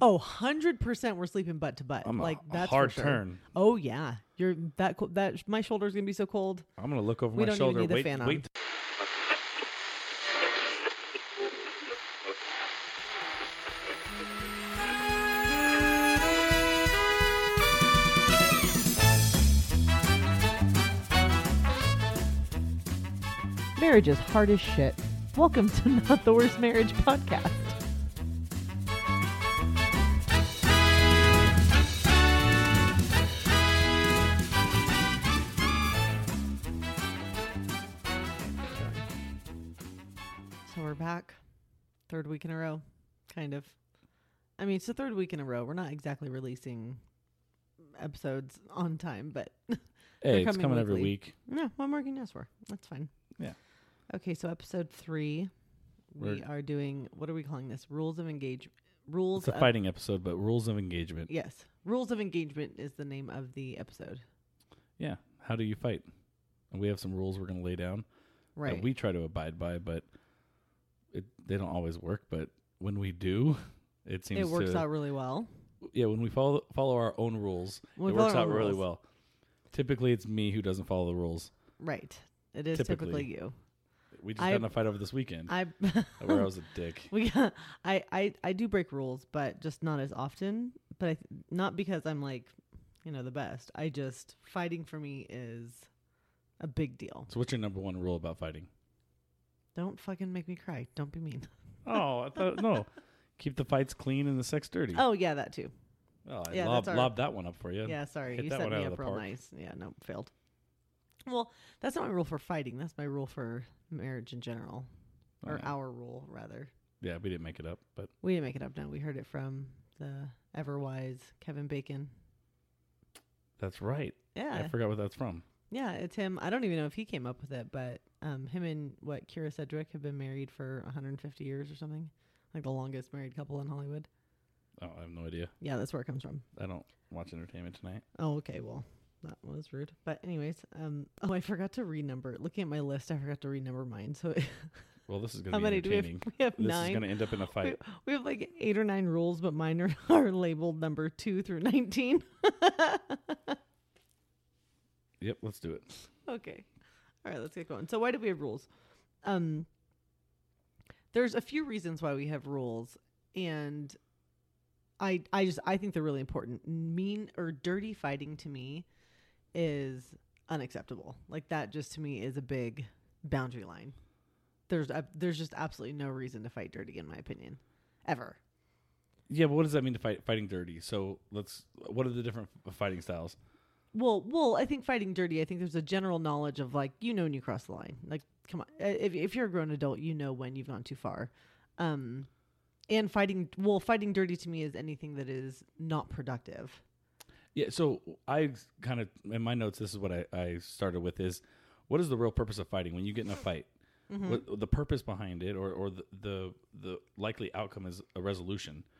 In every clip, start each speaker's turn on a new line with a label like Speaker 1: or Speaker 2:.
Speaker 1: Oh, 100% we're sleeping butt to butt.
Speaker 2: I'm a-
Speaker 1: like
Speaker 2: a
Speaker 1: that's for
Speaker 2: hard
Speaker 1: sure.
Speaker 2: turn.
Speaker 1: Oh yeah. You're that co- that my shoulder's going to be so cold.
Speaker 2: I'm gonna look over
Speaker 1: We
Speaker 2: my
Speaker 1: don't even
Speaker 2: shoulder.
Speaker 1: need the
Speaker 2: wait,
Speaker 1: fan on.
Speaker 2: wait.
Speaker 1: Marriage is hard as shit. Welcome to Not the Worst Marriage podcast. So we're back. Third week in a row, kind of. I mean, it's the third week in a row. We're not exactly releasing episodes on time, but
Speaker 2: Hey, it's
Speaker 1: coming
Speaker 2: coming every
Speaker 1: weekly.
Speaker 2: week.
Speaker 1: no, one more can ask for. That's fine.
Speaker 2: Yeah.
Speaker 1: Okay, so episode three, we
Speaker 2: We're-
Speaker 1: are doing. What are we calling this? Rules of engage. Rules.
Speaker 2: It's a
Speaker 1: of-
Speaker 2: fighting episode, but rules of engagement.
Speaker 1: Yes, rules of engagement is the name of the episode.
Speaker 2: Yeah. How do you fight? And we have some rules we're gonna lay down
Speaker 1: Right.
Speaker 2: that we try to abide by, but it, they don't always work. But when we do, it seems
Speaker 1: it works
Speaker 2: to,
Speaker 1: out really well.
Speaker 2: Yeah, when we follow follow our own rules,
Speaker 1: When
Speaker 2: it
Speaker 1: we follow
Speaker 2: works
Speaker 1: our
Speaker 2: out
Speaker 1: own
Speaker 2: really
Speaker 1: rules.
Speaker 2: well. Typically, it's me who doesn't follow the rules.
Speaker 1: Right. It is typically,
Speaker 2: Typically.
Speaker 1: you.
Speaker 2: We just
Speaker 1: I-
Speaker 2: got in a fight over this weekend
Speaker 1: I.
Speaker 2: where I was a dick.
Speaker 1: we. Got, I. I. I do break rules, but just not as often. But I, th- not because I'm like, you know, the best. I just fighting for me is a big deal.
Speaker 2: So, what's your number one rule about fighting?
Speaker 1: Don't fucking make me cry. Don't be mean.
Speaker 2: Oh, I thought no. Keep the fights clean and the sex dirty.
Speaker 1: Oh yeah, that too.
Speaker 2: Oh, I
Speaker 1: Yeah,
Speaker 2: lob,
Speaker 1: that's our-
Speaker 2: lobbed that one up for you.
Speaker 1: Yeah, sorry.
Speaker 2: hit
Speaker 1: you
Speaker 2: that
Speaker 1: set
Speaker 2: one
Speaker 1: me
Speaker 2: out of
Speaker 1: up
Speaker 2: the
Speaker 1: real
Speaker 2: park.
Speaker 1: nice. Yeah, no, failed. Well, that's not my rule for fighting. That's my rule for marriage in general, or
Speaker 2: Alright.
Speaker 1: our rule rather.
Speaker 2: Yeah, we didn't make it up, but
Speaker 1: We didn't make it up. No, we heard it from the Everwise Kevin Bacon.
Speaker 2: that's right.
Speaker 1: Yeah,
Speaker 2: I forgot what that's from.
Speaker 1: yeah, it's him. I don't even know if he came up with it, but um, him and what Kira Sedgwick have been married for 150 years or something, like the longest married couple in Hollywood.
Speaker 2: Oh, I have no idea.
Speaker 1: Yeah, that's where it comes from.
Speaker 2: I don't watch entertainment tonight.
Speaker 1: Oh, okay. Well, that was rude. But anyways, um, oh, I forgot to renumber. Looking at my list, I forgot to renumber mine. So
Speaker 2: Well, this is going
Speaker 1: how
Speaker 2: to be
Speaker 1: many do we have?
Speaker 2: entertaining.
Speaker 1: We have
Speaker 2: This is
Speaker 1: nine.
Speaker 2: going to end up in a
Speaker 1: we,
Speaker 2: fight.
Speaker 1: we have like eight or nine rules, but mine are, are labeled number two through nineteen.
Speaker 2: yep, let's do it.
Speaker 1: okay. All right, let's get going. So why do we have rules? Um, there's a few reasons why we have rules, and I I just I think they're really important. Mean or dirty fighting to me is unacceptable. Like that just to me is a big boundary line. There's a, there's just absolutely no reason to fight dirty in my opinion, ever.
Speaker 2: Yeah, but what does that mean to fight fighting dirty? So let's. What are the different f- fighting styles?
Speaker 1: Well, well, I think fighting dirty. I think there's a general knowledge of like you know when you cross the line. Like, come on, Uh, if if you're a grown adult, you know when you've gone too far. Um, and fighting well, fighting dirty to me is anything that is not productive.
Speaker 2: Yeah, so I kind of in my notes. This is what I, I started with: is what is the real purpose of fighting when you get in a fight?
Speaker 1: Mm-hmm.
Speaker 2: What, the purpose behind it, or or the, the the likely outcome is a resolution. It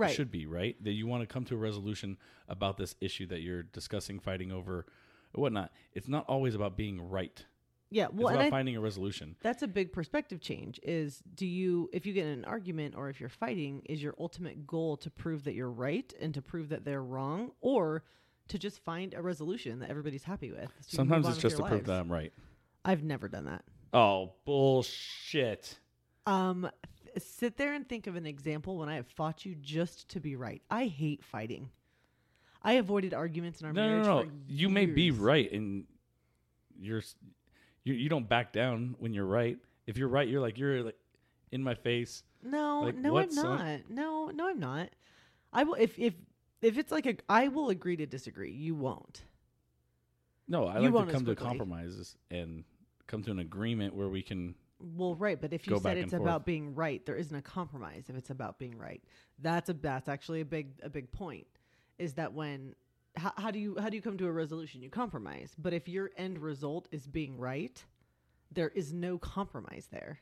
Speaker 1: Right.
Speaker 2: should be right that you want to come to a resolution about this issue that you're discussing, fighting over, or whatnot. It's not always about being right.
Speaker 1: Yeah.
Speaker 2: It's
Speaker 1: Well, and
Speaker 2: about
Speaker 1: I,
Speaker 2: finding a resolution.
Speaker 1: that's a big perspective change. Is do you if you get in an argument or if you're fighting, is your ultimate goal to prove that you're right and to prove that they're wrong, or to just find a resolution that everybody's happy with? so you can move
Speaker 2: Sometimes
Speaker 1: on
Speaker 2: it's
Speaker 1: with
Speaker 2: just to
Speaker 1: your
Speaker 2: prove
Speaker 1: lives?
Speaker 2: that I'm right.
Speaker 1: I've never done that.
Speaker 2: Oh bullshit!
Speaker 1: Um, th- sit there and think of an example when I have fought you just to be right. I hate fighting. I avoided arguments in our
Speaker 2: No, no,
Speaker 1: marriage. for
Speaker 2: no. You may be
Speaker 1: years.
Speaker 2: right, and you're s- you you don't back down when you're right. If you're right, you're like you're like in my face.
Speaker 1: No,
Speaker 2: Like,
Speaker 1: no, I'm
Speaker 2: what, son?
Speaker 1: not. No, no, I'm not. I will if if if it's like a I will agree to disagree. You won't.
Speaker 2: No, I
Speaker 1: You
Speaker 2: like
Speaker 1: won't
Speaker 2: to
Speaker 1: as
Speaker 2: come to
Speaker 1: quickly.
Speaker 2: compromises and come to an agreement where we can.
Speaker 1: Well, right, but if you
Speaker 2: Go
Speaker 1: said
Speaker 2: back
Speaker 1: it's
Speaker 2: and forth.
Speaker 1: about being right, there isn't a compromise. If it's about being right, that's a that's actually a big a big point. Is that when how, how do you how do you come to a resolution? You compromise, but if your end result is being right, there is no compromise there.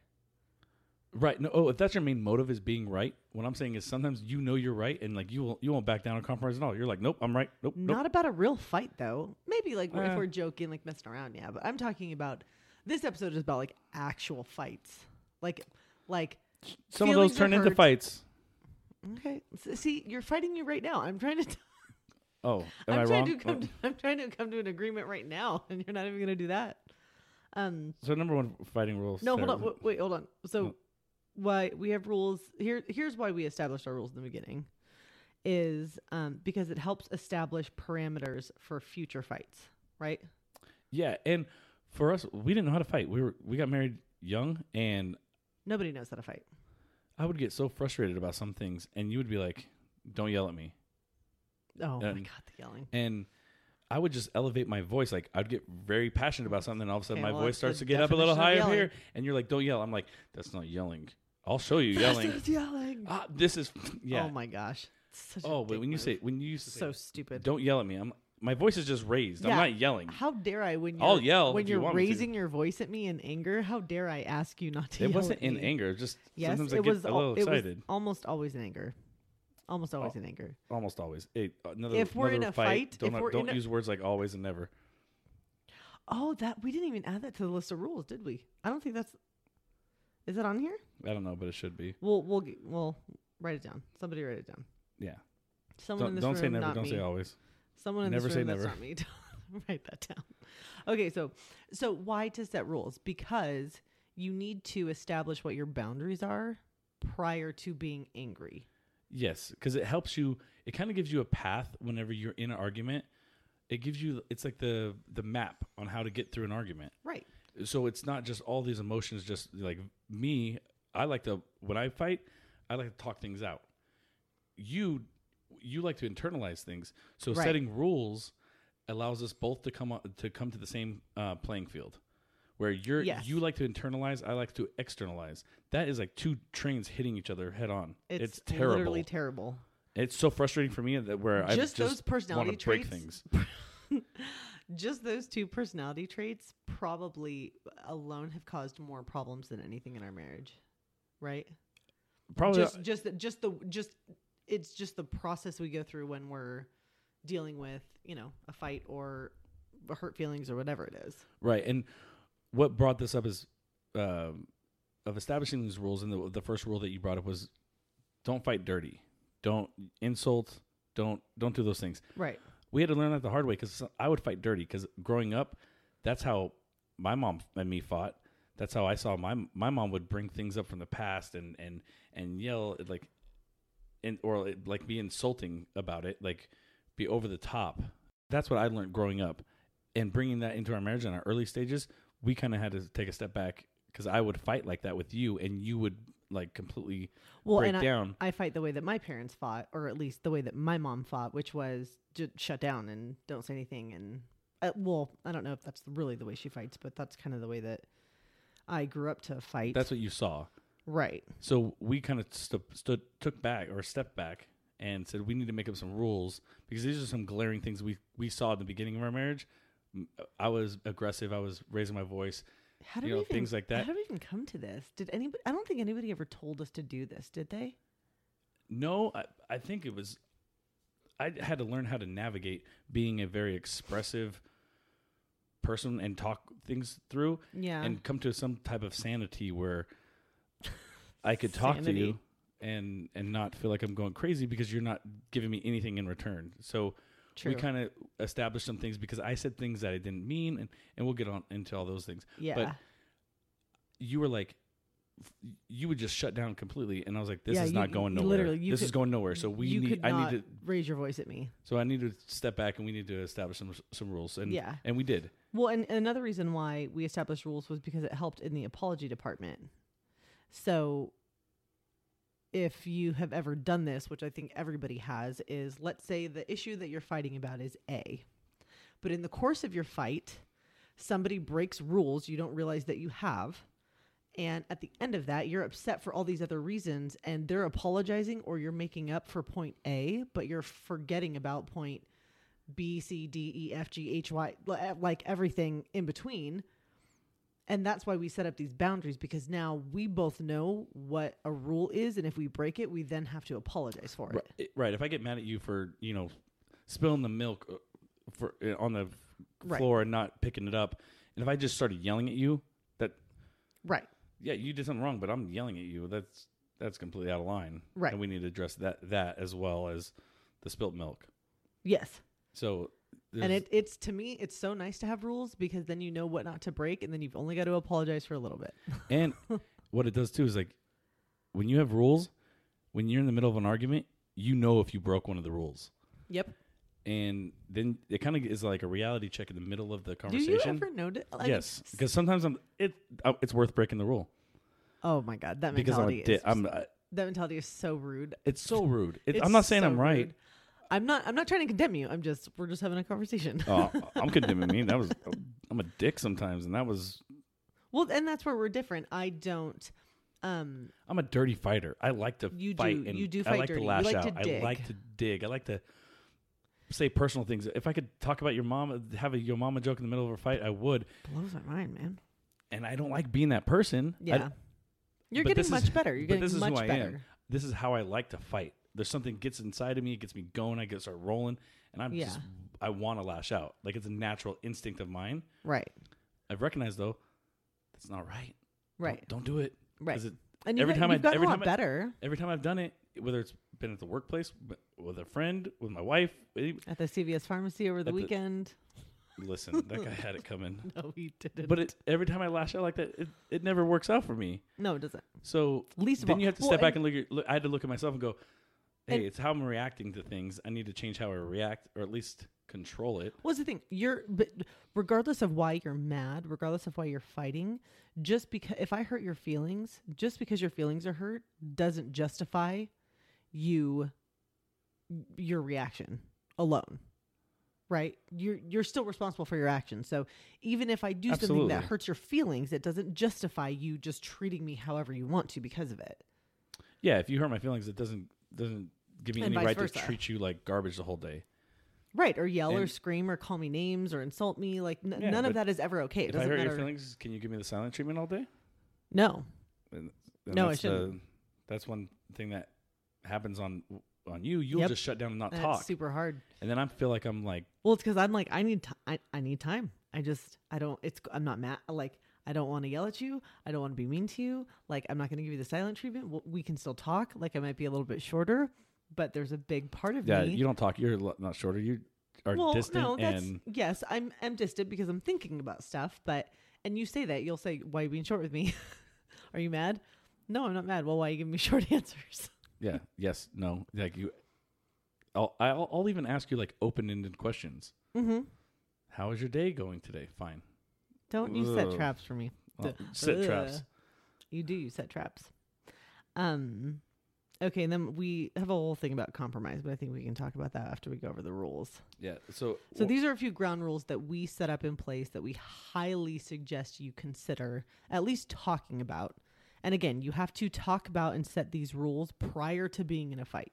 Speaker 2: Right. No. Oh, if that's your main motive is being right, what I'm saying is sometimes you know you're right, and like you will you won't back down or compromise at all. You're like, nope, I'm right. Nope. nope.
Speaker 1: Not about a real fight though. Maybe like if
Speaker 2: Uh.
Speaker 1: we're joking, like messing around, yeah. But I'm talking about this episode is about like actual fights, like like
Speaker 2: Some of
Speaker 1: feelings
Speaker 2: those
Speaker 1: are
Speaker 2: turn into
Speaker 1: hurt.
Speaker 2: fights.
Speaker 1: Okay. S- See, you're fighting me right now. I'm trying to. T-
Speaker 2: Oh, am
Speaker 1: I'm
Speaker 2: I
Speaker 1: trying
Speaker 2: wrong?
Speaker 1: to come.
Speaker 2: Oh,
Speaker 1: To, I'm trying to come to an agreement right now, and you're not even going to do that. Um.
Speaker 2: Oh, so number one fighting rules.
Speaker 1: No, hold
Speaker 2: there.
Speaker 1: on. Wait, wait, hold on. So,
Speaker 2: No.
Speaker 1: why we have rules here? Here's why we established our rules in the beginning, is um because it helps establish parameters for future fights, right?
Speaker 2: Yeah, and for us, we didn't know how to fight. We were we got married young, and
Speaker 1: Nobody knows how to fight.
Speaker 2: I would get so frustrated about some things, and you would be like, "Don't yell at me,"
Speaker 1: Oh my god,
Speaker 2: And-
Speaker 1: the yelling.
Speaker 2: and I would just elevate my voice. Like I'd get very passionate about something, and all of a sudden
Speaker 1: Okay,
Speaker 2: my
Speaker 1: well,
Speaker 2: voice
Speaker 1: that's
Speaker 2: starts to
Speaker 1: the
Speaker 2: get up a little
Speaker 1: definition
Speaker 2: higher
Speaker 1: of
Speaker 2: here, and you're like, "Don't yell." I'm like, "That's not yelling. I'll show you yelling."
Speaker 1: That's yelling.
Speaker 2: ah, this is yeah.
Speaker 1: Oh my gosh. It's Such a
Speaker 2: Oh, but
Speaker 1: dick
Speaker 2: when you
Speaker 1: move.
Speaker 2: say when you used to say,
Speaker 1: so stupid.
Speaker 2: "Don't yell at me," I'm my voice is just raised.
Speaker 1: Yeah.
Speaker 2: I'm not yelling.
Speaker 1: How dare I when you're,
Speaker 2: I'll yell
Speaker 1: when
Speaker 2: if you
Speaker 1: you're
Speaker 2: want me to.
Speaker 1: raising your voice at me in anger? How dare I ask you not to?
Speaker 2: It
Speaker 1: yell
Speaker 2: wasn't
Speaker 1: at
Speaker 2: in
Speaker 1: me?
Speaker 2: anger. It was just
Speaker 1: Yes,
Speaker 2: sometimes I
Speaker 1: it
Speaker 2: get
Speaker 1: was.
Speaker 2: a
Speaker 1: al-
Speaker 2: little
Speaker 1: it was
Speaker 2: excited.
Speaker 1: almost always in anger. Almost always
Speaker 2: Oh.
Speaker 1: in anger.
Speaker 2: Almost always. It, uh, another,
Speaker 1: If we're
Speaker 2: another
Speaker 1: in a fight,
Speaker 2: don't,
Speaker 1: if we're
Speaker 2: don't
Speaker 1: in a-
Speaker 2: use words like always and never.
Speaker 1: Oh, that we didn't even add that to the list of rules, did we? I don't think that's. Is it on here?
Speaker 2: I don't know, but it should be.
Speaker 1: We'll we'll g- we'll write it down. Somebody write it down.
Speaker 2: Yeah.
Speaker 1: Someone in
Speaker 2: Don't,
Speaker 1: this
Speaker 2: don't
Speaker 1: room,
Speaker 2: say never.
Speaker 1: not
Speaker 2: Don't
Speaker 1: me.
Speaker 2: say always.
Speaker 1: Someone in
Speaker 2: Never
Speaker 1: this
Speaker 2: say
Speaker 1: room that's
Speaker 2: never.
Speaker 1: not me. Don't write that down. Okay, so so why to set rules? Because you need to establish what your boundaries are prior to being angry.
Speaker 2: Yes, because it helps you. It kind of gives you a path whenever you're in an argument. It gives you. It's like the the map on how to get through an argument.
Speaker 1: Right.
Speaker 2: So it's not just all these emotions. Just like me, I like to when I fight, I like to talk things out. You you like to internalize things. So
Speaker 1: Right.
Speaker 2: setting rules allows us both to come up, to come to the same uh, playing field. Where you're
Speaker 1: Yes.
Speaker 2: you like to internalize, I like to externalize. That is like two trains hitting each other head on. It's,
Speaker 1: It's,
Speaker 2: terrible.
Speaker 1: literally terrible.
Speaker 2: It's so frustrating for me that where I
Speaker 1: Just
Speaker 2: just
Speaker 1: those
Speaker 2: want
Speaker 1: personality
Speaker 2: to break
Speaker 1: traits?
Speaker 2: things.
Speaker 1: Just those two personality traits probably alone have caused more problems than anything in our marriage. Right?
Speaker 2: Probably uh,
Speaker 1: just just the, just the just it's just the process we go through when we're dealing with you know a fight or hurt feelings or whatever it is
Speaker 2: right. And what brought this up is um of establishing these rules. And the, the first rule that you brought up was don't fight dirty, don't insult, don't don't do those things.
Speaker 1: right
Speaker 2: We had to learn that the hard way because I would fight dirty because growing up, that's how my mom and me fought. That's how I saw my my mom would bring things up from the past and and and yell like, and or like be insulting about it, like be over the top. That's what I learned growing up, and bringing that into our marriage in our early stages, we kind of had to take a step back because I would fight like that with you, and you would like completely
Speaker 1: well
Speaker 2: break
Speaker 1: and I,
Speaker 2: down.
Speaker 1: I fight the way that my parents fought or at least the way that my mom fought which was just shut down and don't say anything and uh, well i don't know if that's really the way she fights but that's kind of the way that i grew up to fight
Speaker 2: that's what you saw.
Speaker 1: right
Speaker 2: So we kind of st- stood, took back or stepped back and said we need to make up some rules because these are some glaring things we we saw in the beginning of our marriage. M- I was aggressive. I was raising my voice.
Speaker 1: how
Speaker 2: You
Speaker 1: did
Speaker 2: know,
Speaker 1: we even,
Speaker 2: things like that.
Speaker 1: how did we even come to this did anybody i don't think anybody ever told us to do this did they
Speaker 2: No, I, I think it was. I had to learn how to navigate being a very expressive person and talk things through
Speaker 1: yeah
Speaker 2: and come to some type of sanity where I could talk
Speaker 1: Sanity.
Speaker 2: to you and and not feel like I'm going crazy because you're not giving me anything in return. So
Speaker 1: true
Speaker 2: we kind of established some things because I said things that I didn't mean, and and we'll get on into all those things.
Speaker 1: yeah
Speaker 2: You were like, f- you would just shut down completely, and I was like, this
Speaker 1: Yeah,
Speaker 2: is
Speaker 1: you-
Speaker 2: not going
Speaker 1: you
Speaker 2: nowhere.
Speaker 1: literally- you
Speaker 2: this is
Speaker 1: could-
Speaker 2: going nowhere. So we
Speaker 1: you
Speaker 2: need,
Speaker 1: could
Speaker 2: I
Speaker 1: not
Speaker 2: need to,
Speaker 1: raise your voice at me.
Speaker 2: so I need to step back, and we need to establish some some rules, and
Speaker 1: Yeah.
Speaker 2: and we did.
Speaker 1: Well, and, and another reason why we established rules was because it helped in the apology department. So, if you have ever done this, which I think everybody has, is let's say the issue that you're fighting about is A, but in the course of your fight, somebody breaks rules you don't realize that you have. And at the end of that, you're upset for all these other reasons, and they're apologizing or you're making up for point A, but you're forgetting about point B, C, D, E, F, G, H, Y, li- eh, like everything in between. And that's why we set up these boundaries because now we both know what a rule is. And if we break it, we then have to apologize for
Speaker 2: Right.
Speaker 1: it.
Speaker 2: it- right. If I get mad at you for you know spilling the milk uh, for uh, on the
Speaker 1: Right.
Speaker 2: floor and not picking it up, and if I just started yelling at you, that
Speaker 1: Right.
Speaker 2: yeah, you did something wrong, but I'm yelling at you. That's that's completely out of line.
Speaker 1: Right.
Speaker 2: And we need to address that that as well as the spilt milk.
Speaker 1: Yes.
Speaker 2: So there's,
Speaker 1: And it, it's to me, it's so nice to have rules because then you know what not to break, and then you've only got to apologize for a little bit.
Speaker 2: and what it does too is like when you have rules, when you're in the middle of an argument, you know if you broke one of the rules.
Speaker 1: Yep.
Speaker 2: And then it kind of is like a reality check in the middle of the
Speaker 1: Do
Speaker 2: conversation.
Speaker 1: you ever notice? Like,
Speaker 2: yes, because sometimes I'm it. uh, It's worth breaking the rule
Speaker 1: Oh my god, that
Speaker 2: because I'm
Speaker 1: mentality
Speaker 2: a dick.
Speaker 1: is
Speaker 2: I'm. I,
Speaker 1: that mentality is so rude.
Speaker 2: it's so rude. It,
Speaker 1: It's
Speaker 2: I'm not saying
Speaker 1: so
Speaker 2: I'm right.
Speaker 1: rude. I'm not. I'm not trying to condemn you. I'm just. We're just having a conversation.
Speaker 2: Oh, I'm condemning me. That was. I'm a dick sometimes, and that was.
Speaker 1: Well, and that's where we're different. I don't. Um,
Speaker 2: I'm a dirty fighter. I like to
Speaker 1: You
Speaker 2: fight.
Speaker 1: do-
Speaker 2: and
Speaker 1: you do
Speaker 2: I
Speaker 1: fight
Speaker 2: like
Speaker 1: dirty.
Speaker 2: to
Speaker 1: You
Speaker 2: lash
Speaker 1: like
Speaker 2: out.
Speaker 1: to
Speaker 2: I
Speaker 1: dig.
Speaker 2: like to dig. I like to say personal things. If I could talk about your mom, have a your mama joke in the middle of a fight, I would.
Speaker 1: blows my mind, man.
Speaker 2: And I don't like being that person. I-
Speaker 1: Yeah, you're
Speaker 2: but
Speaker 1: getting
Speaker 2: this
Speaker 1: much
Speaker 2: is-
Speaker 1: better. You're
Speaker 2: but
Speaker 1: getting
Speaker 2: this is
Speaker 1: much
Speaker 2: who I
Speaker 1: better.
Speaker 2: am. This is how I like to fight. There's something gets inside of me. It gets me going. I get start rolling, and I'm just.
Speaker 1: Yeah.
Speaker 2: I want to lash out. Like it's a natural instinct of mine.
Speaker 1: Right.
Speaker 2: I've recognized though, that's not right. Don't-
Speaker 1: Right.
Speaker 2: Don't, do it. 'Cause
Speaker 1: Right.
Speaker 2: it-
Speaker 1: And you've,
Speaker 2: every
Speaker 1: got-
Speaker 2: time I-
Speaker 1: you've gotten
Speaker 2: every
Speaker 1: a lot
Speaker 2: time I-
Speaker 1: better
Speaker 2: every time I've done it, whether it's been at the workplace, but with a friend, with my wife, eh,
Speaker 1: at the CVS pharmacy over the
Speaker 2: At the-
Speaker 1: weekend.
Speaker 2: listen, that guy had it coming.
Speaker 1: No, he didn't.
Speaker 2: But it, every time I lash out like that, it, it never works out for me.
Speaker 1: no, it doesn't.
Speaker 2: So
Speaker 1: Least of
Speaker 2: then
Speaker 1: all-
Speaker 2: you have to
Speaker 1: well,
Speaker 2: step back
Speaker 1: and-
Speaker 2: and look, at, look. I had to look at myself and go, "Hey,
Speaker 1: And-
Speaker 2: it's how I'm reacting to things. I need to change how I react, or at least control it."
Speaker 1: What's the thing? You're, but regardless of why you're mad, regardless of why you're fighting, just because if I hurt your feelings, just because your feelings are hurt, doesn't justify you your reaction alone. Right? You're you're still responsible for your action. So even if I do something that
Speaker 2: Absolutely.
Speaker 1: hurts your feelings, it doesn't justify you just treating me however you want to because of it.
Speaker 2: Yeah, if you hurt my feelings, it doesn't doesn't give me
Speaker 1: And
Speaker 2: any
Speaker 1: vice
Speaker 2: right
Speaker 1: versa.
Speaker 2: to treat you like garbage the whole day.
Speaker 1: Right. Or yell or
Speaker 2: And-
Speaker 1: scream or call me names or insult me. Like n-
Speaker 2: Yeah,
Speaker 1: none of
Speaker 2: but
Speaker 1: that is ever okay. It
Speaker 2: if I
Speaker 1: doesn't
Speaker 2: hurt
Speaker 1: matter.
Speaker 2: your feelings, can you give me the silent treatment all day?
Speaker 1: no.
Speaker 2: And, and
Speaker 1: No, I
Speaker 2: that's
Speaker 1: shouldn't.
Speaker 2: The, that's one thing that happens on on you. You'll
Speaker 1: Yep.
Speaker 2: just shut down and not
Speaker 1: That's
Speaker 2: talk,
Speaker 1: super hard.
Speaker 2: and then I feel like I'm like,
Speaker 1: Well, it's because I'm like I need ti I, I need time. I just I don't. It's I'm not mad. Like I don't want to yell at you. I don't want to be mean to you. Like I'm not going to give you the silent treatment. W- We can still talk. Like I might be a little bit shorter, but there's a big part of
Speaker 2: yeah,
Speaker 1: me.
Speaker 2: you don't talk. You're lo- not shorter. You are
Speaker 1: well,
Speaker 2: distant,
Speaker 1: no, that's
Speaker 2: and
Speaker 1: yes. I'm I'm distant because I'm thinking about stuff. But and you say that you'll say why are you being short with me? are you mad? No, I'm not mad. Well, why are you giving me short answers?
Speaker 2: yeah, yes, no, like you. I'll I'll, I'll even ask you like open ended questions.
Speaker 1: mm-hmm.
Speaker 2: How is your day going today? Fine.
Speaker 1: Don't you set
Speaker 2: Ugh.
Speaker 1: traps for me.
Speaker 2: Well,
Speaker 1: Duh.
Speaker 2: set traps.
Speaker 1: Ugh. You do. You set traps. Um. Okay, and then we have a whole thing about compromise, but I think we can talk about that after we go over the rules.
Speaker 2: Yeah. So
Speaker 1: So these are a few ground rules that we set up in place that we highly suggest you consider at least talking about. And again, you have to talk about and set these rules prior to being in a fight.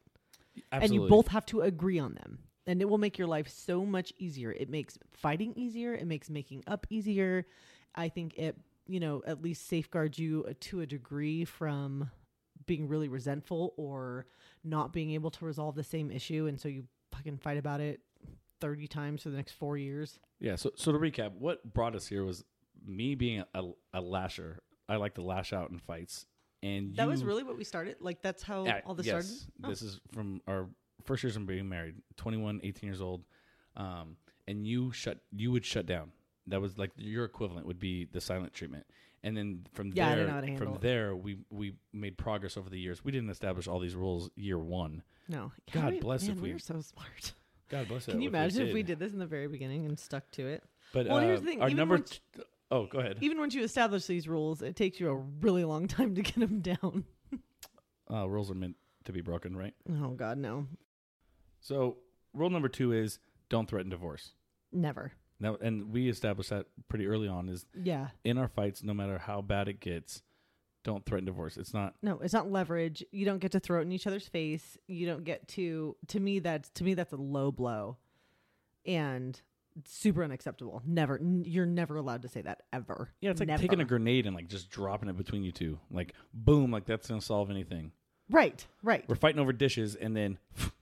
Speaker 1: And you both have to agree on them. And it will make your life so much easier. It makes fighting easier. It makes making up easier. I think it, you know, at least safeguards you uh, to a degree from being really resentful or not being able to resolve the same issue. And so you fucking fight about it 30 times for the next four years.
Speaker 2: Yeah. So so to recap, what brought us here was me being a, a lasher. I like to lash out in fights, and
Speaker 1: That was
Speaker 2: you-
Speaker 1: really what we started. Like, that's how
Speaker 2: Yeah,
Speaker 1: all this
Speaker 2: yes.
Speaker 1: started.
Speaker 2: This is from our first years of being married, 21, 18 years old. Um, and you shut, you would shut down. That was like your equivalent would be the silent treatment. And then from
Speaker 1: Yeah, I didn't know how to
Speaker 2: there,
Speaker 1: handle
Speaker 2: from
Speaker 1: it.
Speaker 2: there, we, we made progress over the years. We didn't establish all these rules year one.
Speaker 1: No.
Speaker 2: God
Speaker 1: How do
Speaker 2: bless
Speaker 1: man,
Speaker 2: if
Speaker 1: we
Speaker 2: we-
Speaker 1: were so smart.
Speaker 2: God bless
Speaker 1: Can you imagine if we did this in the very beginning and stuck to it?
Speaker 2: But
Speaker 1: Well,
Speaker 2: uh,
Speaker 1: here's the thing,
Speaker 2: our
Speaker 1: even
Speaker 2: number.
Speaker 1: when-
Speaker 2: t- oh, go ahead.
Speaker 1: even once you establish these rules, it takes you a really long time to get them down.
Speaker 2: Uh, rules are meant to be broken, right?
Speaker 1: Oh God, no,
Speaker 2: So rule number two is don't threaten divorce.
Speaker 1: never.
Speaker 2: Now, and we established that pretty early on is
Speaker 1: Yeah,
Speaker 2: in our fights, no matter how bad it gets, don't threaten divorce. It's not.
Speaker 1: no, it's not leverage. You don't get to throw it in each other's face. You don't get to. To me, that's to me that's a low blow, and super unacceptable. Never, n- you're never allowed to say that ever.
Speaker 2: Yeah, it's like
Speaker 1: Never.
Speaker 2: taking a grenade and like just dropping it between you two. Like boom, like that's gonna solve anything.
Speaker 1: right, right.
Speaker 2: We're fighting over dishes, and then fuck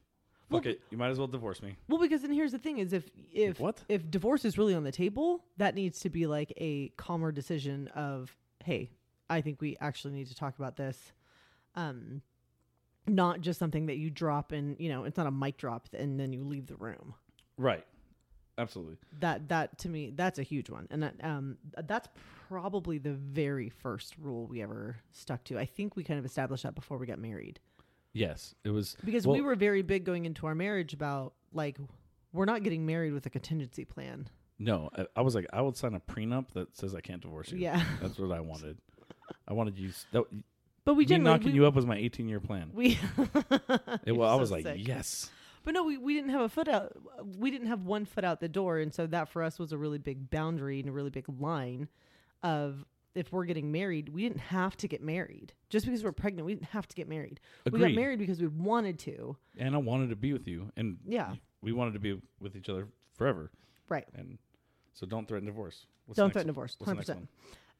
Speaker 1: Well,
Speaker 2: it, you might as well divorce me.
Speaker 1: Well, because then here's the thing: is if if
Speaker 2: What?
Speaker 1: if divorce is really on the table, that needs to be like a calmer decision of, hey, I think we actually need to talk about this. um, not just something that you drop and you know it's not a mic drop and then you leave the room.
Speaker 2: Right. Absolutely.
Speaker 1: That that to me that's a huge one, and that, um, that's probably the very first rule we ever stuck to. I think we kind of established that before we got married
Speaker 2: Yes. It was
Speaker 1: because we
Speaker 2: well,
Speaker 1: were very big going into our marriage about like we're not getting married with a contingency plan.
Speaker 2: No, I, I was like, I would sign a prenup that says I can't divorce you.
Speaker 1: Yeah,
Speaker 2: That's what I wanted. I wanted you. s- That, me
Speaker 1: but we generally
Speaker 2: knocking
Speaker 1: we,
Speaker 2: you up was my 18 year plan.
Speaker 1: We
Speaker 2: It,
Speaker 1: You're
Speaker 2: well, I
Speaker 1: so
Speaker 2: was like,
Speaker 1: sick.
Speaker 2: yes.
Speaker 1: But no, we, we didn't have a foot out. We didn't have one foot out the door. And so that for us was a really big boundary and a really big line of if we're getting married, we didn't have to get married. Just because we're pregnant, we didn't have to get married. We
Speaker 2: Agreed.
Speaker 1: got married because we wanted to.
Speaker 2: And I wanted to be with you. And
Speaker 1: Yeah.
Speaker 2: we wanted to be with each other forever.
Speaker 1: Right.
Speaker 2: And so don't threaten divorce. What's the
Speaker 1: don't
Speaker 2: next
Speaker 1: threaten
Speaker 2: one?
Speaker 1: divorce.
Speaker 2: What's the
Speaker 1: Hundred
Speaker 2: next
Speaker 1: percent.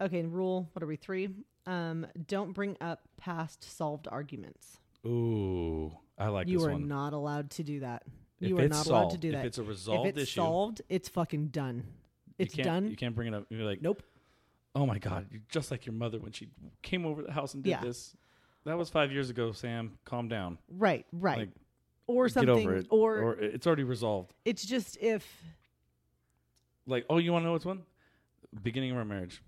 Speaker 1: Okay, and rule what are we three? Um, don't bring up past solved arguments.
Speaker 2: one? Ooh, I like
Speaker 1: you
Speaker 2: this
Speaker 1: are
Speaker 2: one.
Speaker 1: not allowed to do that.
Speaker 2: If
Speaker 1: you are
Speaker 2: it's
Speaker 1: not allowed
Speaker 2: solved,
Speaker 1: to do that.
Speaker 2: If it's a resolved
Speaker 1: if it's
Speaker 2: issue,
Speaker 1: solved, it's fucking done. It's
Speaker 2: you can't,
Speaker 1: done.
Speaker 2: You can't bring it up. You're like,
Speaker 1: Nope.
Speaker 2: Oh my God, you're just like your mother when she came over the house and did
Speaker 1: Yeah.
Speaker 2: this. That was five years ago, Sam. Calm down.
Speaker 1: Right, right.
Speaker 2: Like,
Speaker 1: or
Speaker 2: Get
Speaker 1: something
Speaker 2: over it.
Speaker 1: or
Speaker 2: or it's already resolved.
Speaker 1: It's just if
Speaker 2: like oh you want to know what's one beginning of our marriage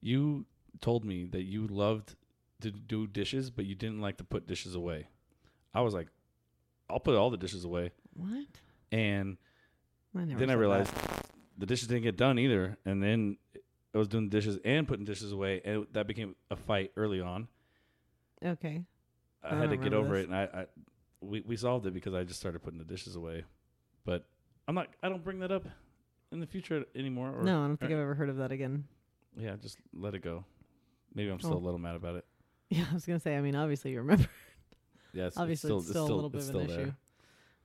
Speaker 2: you told me that you loved to do dishes but you didn't like to put dishes away i was like i'll put all the dishes away
Speaker 1: what?
Speaker 2: and
Speaker 1: I never
Speaker 2: then i
Speaker 1: said
Speaker 2: realized
Speaker 1: that.
Speaker 2: the dishes didn't get done either and then i was doing dishes and putting dishes away and that became a fight early on
Speaker 1: Okay.
Speaker 2: i,
Speaker 1: I
Speaker 2: had to
Speaker 1: don't
Speaker 2: get
Speaker 1: remember
Speaker 2: over
Speaker 1: this.
Speaker 2: it and I, I we, we solved it because i just started putting the dishes away but i'm not i don't bring that up in the future anymore or
Speaker 1: no, I don't think
Speaker 2: or-
Speaker 1: I've ever heard of that again.
Speaker 2: Yeah, just let it go. Maybe I'm still
Speaker 1: Oh.
Speaker 2: a little mad about it.
Speaker 1: Yeah, I was gonna say. I mean, obviously you remember.
Speaker 2: Yeah, it's,
Speaker 1: obviously,
Speaker 2: it's still,
Speaker 1: a little bit
Speaker 2: it's
Speaker 1: of an
Speaker 2: still
Speaker 1: issue.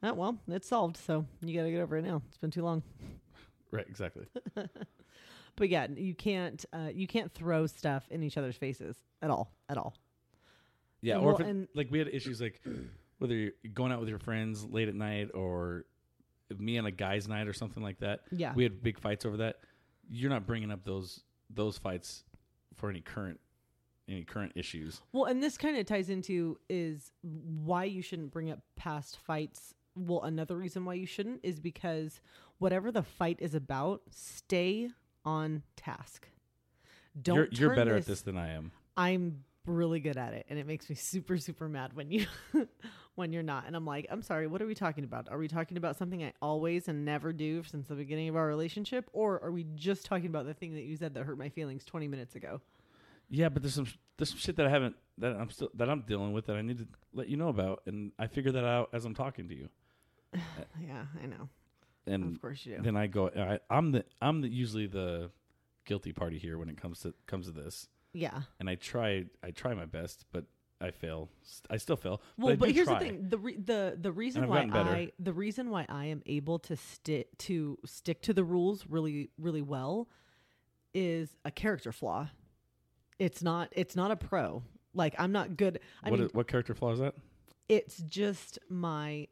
Speaker 2: there.
Speaker 1: Oh, well, it's solved, so you gotta get over it now. It's been too long.
Speaker 2: Right, exactly.
Speaker 1: But yeah, you can't uh, you can't throw stuff in each other's faces at all, at all.
Speaker 2: Yeah,
Speaker 1: And
Speaker 2: or
Speaker 1: well,
Speaker 2: if it,
Speaker 1: and-
Speaker 2: like we had issues like whether you're going out with your friends late at night or me and a guy's night or something like that.
Speaker 1: Yeah,
Speaker 2: We had big fights over that. You're not bringing up those those fights for any current any current issues.
Speaker 1: Well, and this kind of ties into is why you shouldn't bring up past fights. Well, another reason why you shouldn't is because whatever the fight is about, stay on task. Don't
Speaker 2: you're you're
Speaker 1: turn
Speaker 2: better at this than I am.
Speaker 1: I'm really good at it and it makes me super super mad when you when you're not. And I'm like, "I'm sorry, what are we talking about? Are we talking about something I always and never do since the beginning of our relationship or are we just talking about the thing that you said that hurt my feelings 20 minutes ago?"
Speaker 2: Yeah, but there's some there's some shit that I haven't that I'm still that I'm dealing with that I need to let you know about, and I figure that out as I'm talking to you.
Speaker 1: Yeah, I know.
Speaker 2: And
Speaker 1: Of course you do.
Speaker 2: then I go. I, I'm the I'm the usually the guilty party here when it comes to comes to this,
Speaker 1: Yeah.
Speaker 2: and I try I try my best, but I fail. S- I still fail.
Speaker 1: Well,
Speaker 2: I
Speaker 1: but,
Speaker 2: do
Speaker 1: here's
Speaker 2: try.
Speaker 1: the thing: the re- the the reason
Speaker 2: I've
Speaker 1: why
Speaker 2: gotten better.
Speaker 1: I the reason why I am able to stick to stick to the rules really really well is a character flaw. It's not it's not a pro. Like I'm not good. I
Speaker 2: what
Speaker 1: mean,
Speaker 2: i- what character flaw is that?
Speaker 1: it's just my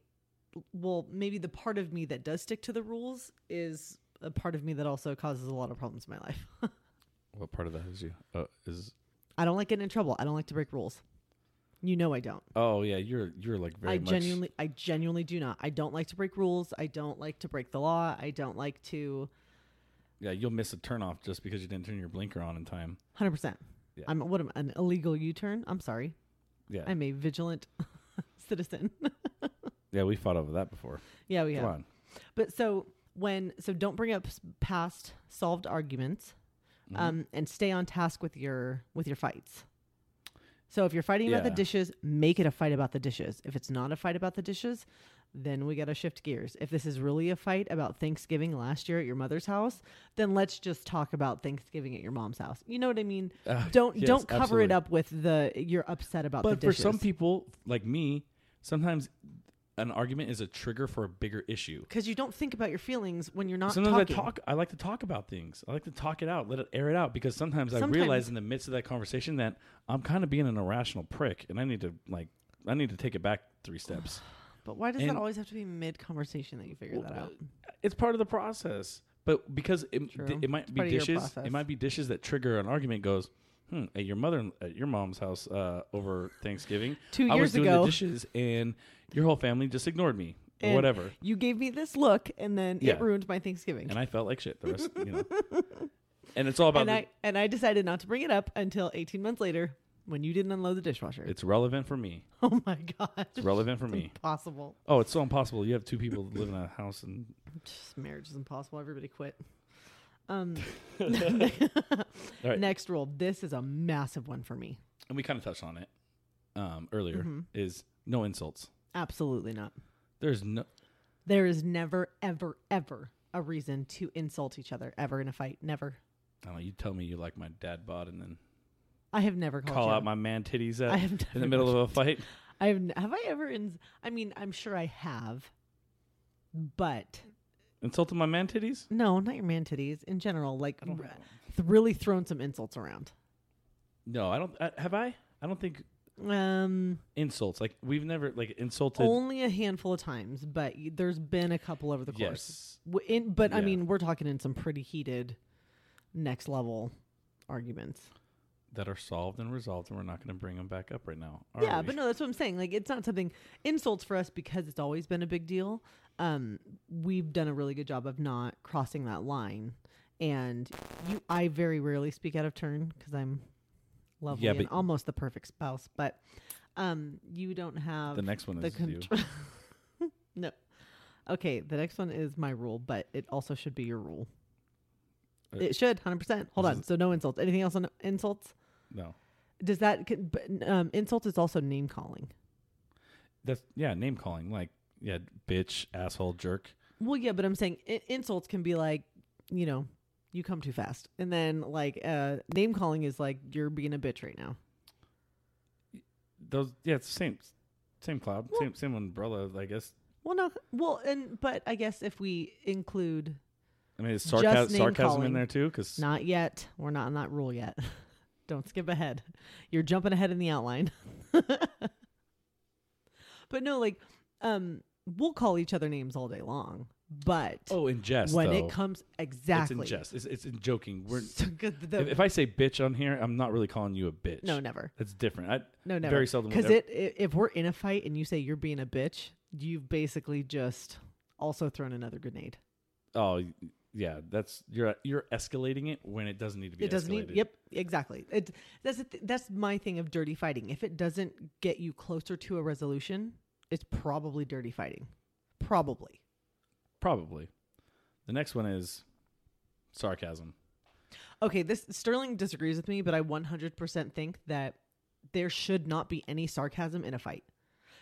Speaker 1: well, maybe the part of me that does stick to the rules is a part of me that also causes a lot of problems in my life.
Speaker 2: What part of that is you? Uh, is
Speaker 1: I don't like getting in trouble. I don't like to break rules. You know I don't.
Speaker 2: oh yeah, you're you're like very
Speaker 1: I
Speaker 2: much.
Speaker 1: genuinely, I genuinely do not. I don't like to break rules. I don't like to break the law. I don't like to.
Speaker 2: yeah, you'll miss a turnoff just because you didn't turn your blinker on in time.
Speaker 1: Hundred percent.
Speaker 2: Yeah.
Speaker 1: I'm what am I, an illegal U-turn? I'm sorry.
Speaker 2: Yeah,
Speaker 1: I'm a vigilant citizen.
Speaker 2: yeah, we fought over that before.
Speaker 1: yeah, we
Speaker 2: Come
Speaker 1: have.
Speaker 2: on,
Speaker 1: But so when so don't bring up s- past solved arguments,
Speaker 2: Mhm.
Speaker 1: um, and stay on task with your with your fights. So if you're fighting about
Speaker 2: Yeah.
Speaker 1: the dishes, make it a fight about the dishes. If it's not a fight about the dishes, then we got to shift gears. If this is really a fight about Thanksgiving last year at your mother's house, then let's just talk about Thanksgiving at your mom's house. You know what I mean?
Speaker 2: Ah,
Speaker 1: don't
Speaker 2: yes,
Speaker 1: don't cover it
Speaker 2: absolutely.
Speaker 1: up with the you're upset about
Speaker 2: Ah. But
Speaker 1: the
Speaker 2: for
Speaker 1: dishes.
Speaker 2: some people like me, sometimes an argument is a trigger for a bigger issue.
Speaker 1: because you don't think about your feelings when you're not
Speaker 2: sometimes
Speaker 1: talking.
Speaker 2: I talk. I like to talk about things. I like to talk it out, let it air it out, because sometimes,
Speaker 1: Sometimes-
Speaker 2: I realize in the midst of that conversation that I'm kind of being an irrational prick, and I need to like I need to take it back three steps.
Speaker 1: but why does that
Speaker 2: and- uh,
Speaker 1: always have to be mid conversation that you figure that out?
Speaker 2: it's part of the process, but because it,
Speaker 1: True.
Speaker 2: it might
Speaker 1: It's
Speaker 2: be
Speaker 1: part of your
Speaker 2: dishes,
Speaker 1: process.
Speaker 2: it might be dishes that trigger an argument. Goes, hmm, at your mother at your mom's house uh, over Thanksgiving.
Speaker 1: Two
Speaker 2: I
Speaker 1: years
Speaker 2: was doing
Speaker 1: ago.
Speaker 2: the dishes, and your whole family just ignored me. or
Speaker 1: And
Speaker 2: Whatever.
Speaker 1: You gave me this look, and then
Speaker 2: Yeah.
Speaker 1: it ruined my Thanksgiving.
Speaker 2: and I felt like shit. The rest, you know. And it's all about
Speaker 1: and
Speaker 2: the-
Speaker 1: I and I decided not to bring it up until 18 months later when you didn't unload the dishwasher.
Speaker 2: it's relevant for me.
Speaker 1: oh my god,
Speaker 2: It's relevant for me.
Speaker 1: impossible.
Speaker 2: Oh, it's so impossible. You have two people that live in a house, and
Speaker 1: Just, marriage is impossible. Everybody quit. Um,
Speaker 2: right.
Speaker 1: next rule. This is a massive one for me.
Speaker 2: and we kind of touched on it um, earlier.
Speaker 1: Mm-hmm.
Speaker 2: Is no insults.
Speaker 1: Absolutely not.
Speaker 2: There's no
Speaker 1: There is never, ever, ever a reason to insult each other ever in a fight. Never.
Speaker 2: I don't know. You tell me you like my dad bod, and then
Speaker 1: I have never called
Speaker 2: call
Speaker 1: you.
Speaker 2: out my man titties
Speaker 1: Oh, I
Speaker 2: at,
Speaker 1: have
Speaker 2: in
Speaker 1: never
Speaker 2: the middle of a fight.
Speaker 1: I have n- have I ever in I mean, I'm sure I have. But
Speaker 2: Insulted my man titties.
Speaker 1: no, not your man titties in general. Like, r- th- really thrown some insults around.
Speaker 2: No, I don't. I, have I? I don't think
Speaker 1: Um,
Speaker 2: insults. Like we've never like insulted.
Speaker 1: only a handful of times, but y- there's been a couple over the course.
Speaker 2: yes.
Speaker 1: W- In, but I
Speaker 2: Yeah.
Speaker 1: mean, we're talking in some pretty heated, next level arguments.
Speaker 2: That are solved and resolved, and we're not going to bring them back up right now. Are
Speaker 1: Yeah,
Speaker 2: we?
Speaker 1: but no, that's what I'm saying. Like, it's not something insults for us because it's always been a big deal. Um, we've done a really good job of not crossing that line, and you, I very rarely speak out of turn because I'm lovely
Speaker 2: Yeah,
Speaker 1: and
Speaker 2: but-
Speaker 1: almost the perfect spouse. But um, you don't have
Speaker 2: The next one
Speaker 1: the
Speaker 2: is you.
Speaker 1: control. no, okay. The next one is my rule, but it also should be your rule.
Speaker 2: Uh,
Speaker 1: It should, hundred percent. Hold
Speaker 2: this
Speaker 1: on.
Speaker 2: is-
Speaker 1: So no insults. Anything else on insults?
Speaker 2: No,
Speaker 1: Does that could- but, um, insult is also name calling?
Speaker 2: that's yeah. Name calling, like yeah, bitch, asshole, jerk.
Speaker 1: Well, yeah, but I'm saying I- insults can be like, you know, you come too fast, and then like uh, name calling is like you're being a bitch right now.
Speaker 2: Those yeah, it's the same, same cloud,
Speaker 1: Well-
Speaker 2: same same umbrella. I guess.
Speaker 1: Well, no, well, and but I guess if we include
Speaker 2: I mean, is
Speaker 1: Just
Speaker 2: sarcasm
Speaker 1: name
Speaker 2: sarcasm
Speaker 1: calling.
Speaker 2: in there too? Because
Speaker 1: not yet, we're not on that rule yet. Don't skip ahead. You're jumping ahead in the outline. but no, like, um, we'll call each other names all day long, but
Speaker 2: oh, in jest
Speaker 1: when
Speaker 2: though.
Speaker 1: it comes exactly,
Speaker 2: It's in jest. It's, it's in joking. We're
Speaker 1: So good- the-
Speaker 2: if, if I say bitch on here, I'm not really calling you a bitch.
Speaker 1: no, never.
Speaker 2: that's different. I,
Speaker 1: No, never.
Speaker 2: Very seldom would
Speaker 1: Because
Speaker 2: ever-
Speaker 1: it, i if we're in a fight and you say you're being a bitch, you've basically just also thrown another grenade.
Speaker 2: oh yeah, that's you're you're escalating it when it doesn't need to be.
Speaker 1: it doesn't.
Speaker 2: escalated.
Speaker 1: Need, yep, exactly. It, that's the th- that's my thing of dirty fighting. If it doesn't get you closer to a resolution, it's probably dirty fighting. Probably.
Speaker 2: Probably. The next one is sarcasm.
Speaker 1: Okay, this Sterling disagrees with me, but I 100% think that there should not be any sarcasm in a fight.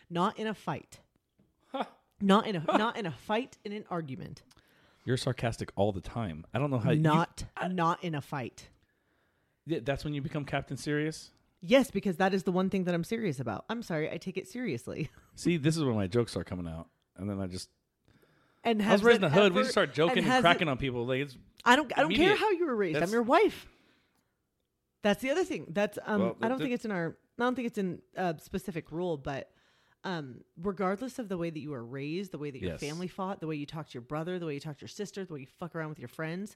Speaker 1: Not in a fight. Not in a not in a fight in an argument.
Speaker 2: You're sarcastic all the time. I don't know how you-
Speaker 1: not not in a fight.
Speaker 2: Yeah, that's when you become Captain Serious.
Speaker 1: Yes, because that is the one thing that I'm serious about. I'm sorry, I take it seriously.
Speaker 2: See, this is when my jokes start coming out, and then I just
Speaker 1: And
Speaker 2: I was
Speaker 1: has
Speaker 2: raised in
Speaker 1: it
Speaker 2: the hood. We
Speaker 1: ever-
Speaker 2: just start joking and,
Speaker 1: has it-
Speaker 2: cracking on people. Like it's
Speaker 1: I don't. I don't care
Speaker 2: immediate.
Speaker 1: how you were raised.
Speaker 2: That's-
Speaker 1: I'm your wife. That's the other thing. That's um.
Speaker 2: Well,
Speaker 1: I don't
Speaker 2: th-
Speaker 1: think it's in our. I don't think it's in a specific rule, but um, regardless of the way that you were raised, the way that your
Speaker 2: Yes.
Speaker 1: family fought, the way you talk to your brother, the way you talk to your sister, the way you fuck around with your friends,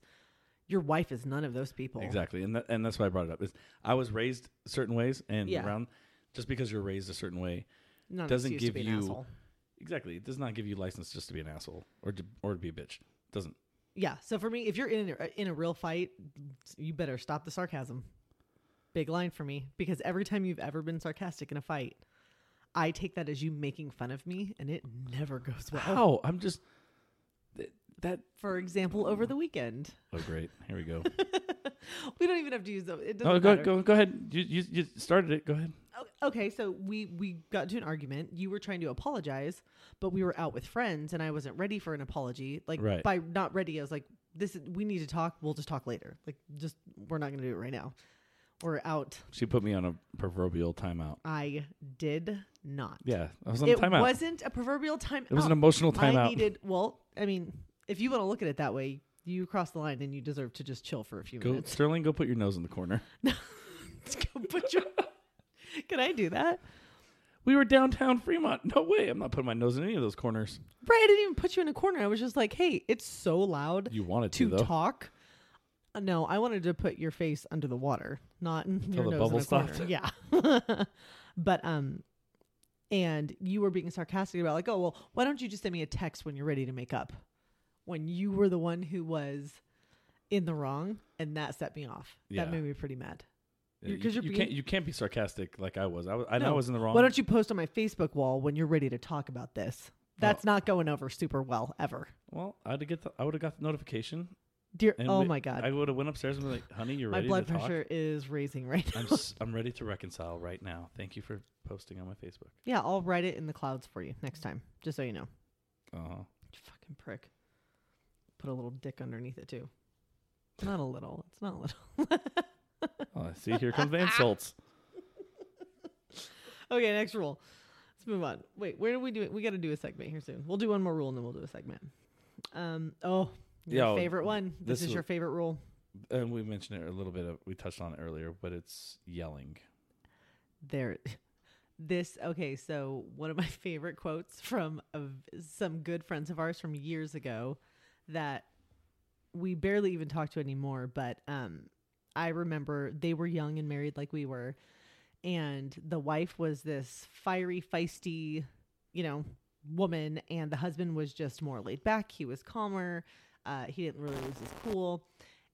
Speaker 1: your wife is none of those people.
Speaker 2: exactly, and that, and that's why I brought it up. Is I was raised certain ways, and
Speaker 1: Yeah.
Speaker 2: around just because you're raised a certain way,
Speaker 1: Not an
Speaker 2: Doesn't
Speaker 1: excuse
Speaker 2: give
Speaker 1: to be
Speaker 2: you-
Speaker 1: an asshole.
Speaker 2: exactly, it does not give you license just to be an asshole or to, or to be a bitch. Doesn't.
Speaker 1: Yeah. So for me, if you're in a, in a real fight, you better stop the sarcasm. Big line for me because every time you've ever been sarcastic in a fight, I take that as you making fun of me, and it never goes well.
Speaker 2: How I'm just th- that.
Speaker 1: For example, over the weekend,
Speaker 2: Oh great, here we go.
Speaker 1: we don't even have to use them. It doesn't
Speaker 2: no, go
Speaker 1: matter.
Speaker 2: go go ahead. You, you you started it. Go ahead.
Speaker 1: O- Okay, so we we got into an argument. You were trying to apologize, but we were out with friends, and I wasn't ready for an apology. Like
Speaker 2: Right.
Speaker 1: by not ready, I was like, "This is, we need to talk. We'll just talk later. Like just we're not going to do it right now. We're out."
Speaker 2: She put me on a proverbial timeout.
Speaker 1: I did not.
Speaker 2: Yeah, I was on
Speaker 1: it
Speaker 2: timeout.
Speaker 1: wasn't a proverbial time.
Speaker 2: it was an emotional
Speaker 1: I
Speaker 2: timeout.
Speaker 1: needed. Well, I mean, if you want to look at it that way, you cross the line and you deserve to just chill for a few
Speaker 2: Go,
Speaker 1: minutes.
Speaker 2: Sterling, go put your nose in the corner.
Speaker 1: Go put your. Can I do that?
Speaker 2: We were downtown Fremont. No way. I'm not putting my nose in any of those corners.
Speaker 1: Right, I didn't even put you in a corner. I was just like, "Hey, it's so loud
Speaker 2: You wanted to,
Speaker 1: to
Speaker 2: though.
Speaker 1: talk." Uh, No, I wanted to put your face under the water, not in your
Speaker 2: the
Speaker 1: nose
Speaker 2: bubble
Speaker 1: in a corner.
Speaker 2: stopped.
Speaker 1: Yeah, but um, and you were being sarcastic about like, oh well, why don't you just send me a text when you're ready to make up? When you were the one who was in the wrong, and that set me off.
Speaker 2: Yeah.
Speaker 1: That made me pretty mad.
Speaker 2: You,
Speaker 1: You're- 'cause
Speaker 2: you
Speaker 1: you're
Speaker 2: can't
Speaker 1: being-
Speaker 2: you can't be sarcastic like I was. I was I, know I
Speaker 1: No.
Speaker 2: was in the wrong.
Speaker 1: Why don't you post on my Facebook wall when you're ready to talk about this? That's not going over super well ever.
Speaker 2: well, I'd get the, I would have got the notification.
Speaker 1: Dear,
Speaker 2: And
Speaker 1: oh
Speaker 2: we-
Speaker 1: my god,
Speaker 2: I would have went upstairs and been like, "Honey, you're
Speaker 1: my
Speaker 2: ready
Speaker 1: blood
Speaker 2: to talk?
Speaker 1: pressure is raising right now.
Speaker 2: I'm s- I'm ready to reconcile right now. Thank you for posting on my Facebook."
Speaker 1: yeah, I'll write it in the clouds for you next time, just so you know.
Speaker 2: Uh-huh.
Speaker 1: You fucking prick. Put a little dick underneath it too. Not a little. It's not little.
Speaker 2: Oh, see, here comes the insults.
Speaker 1: Okay, next rule. Let's move on. Wait, where do we do it? We got to do a segment here soon. We'll do one more rule and then we'll do a segment. Um. Oh, your
Speaker 2: Yo,
Speaker 1: favorite one. This,
Speaker 2: this
Speaker 1: is
Speaker 2: is
Speaker 1: your favorite rule.
Speaker 2: And we mentioned it a little bit. Of, we touched on it earlier, but it's yelling.
Speaker 1: there this okay so one of my favorite quotes from a v some good friends of ours from years ago that we barely even talk to anymore but um i remember they were young and married like we were and the wife was this fiery feisty you know woman and the husband was just more laid back he was calmer uh, he didn't really lose his cool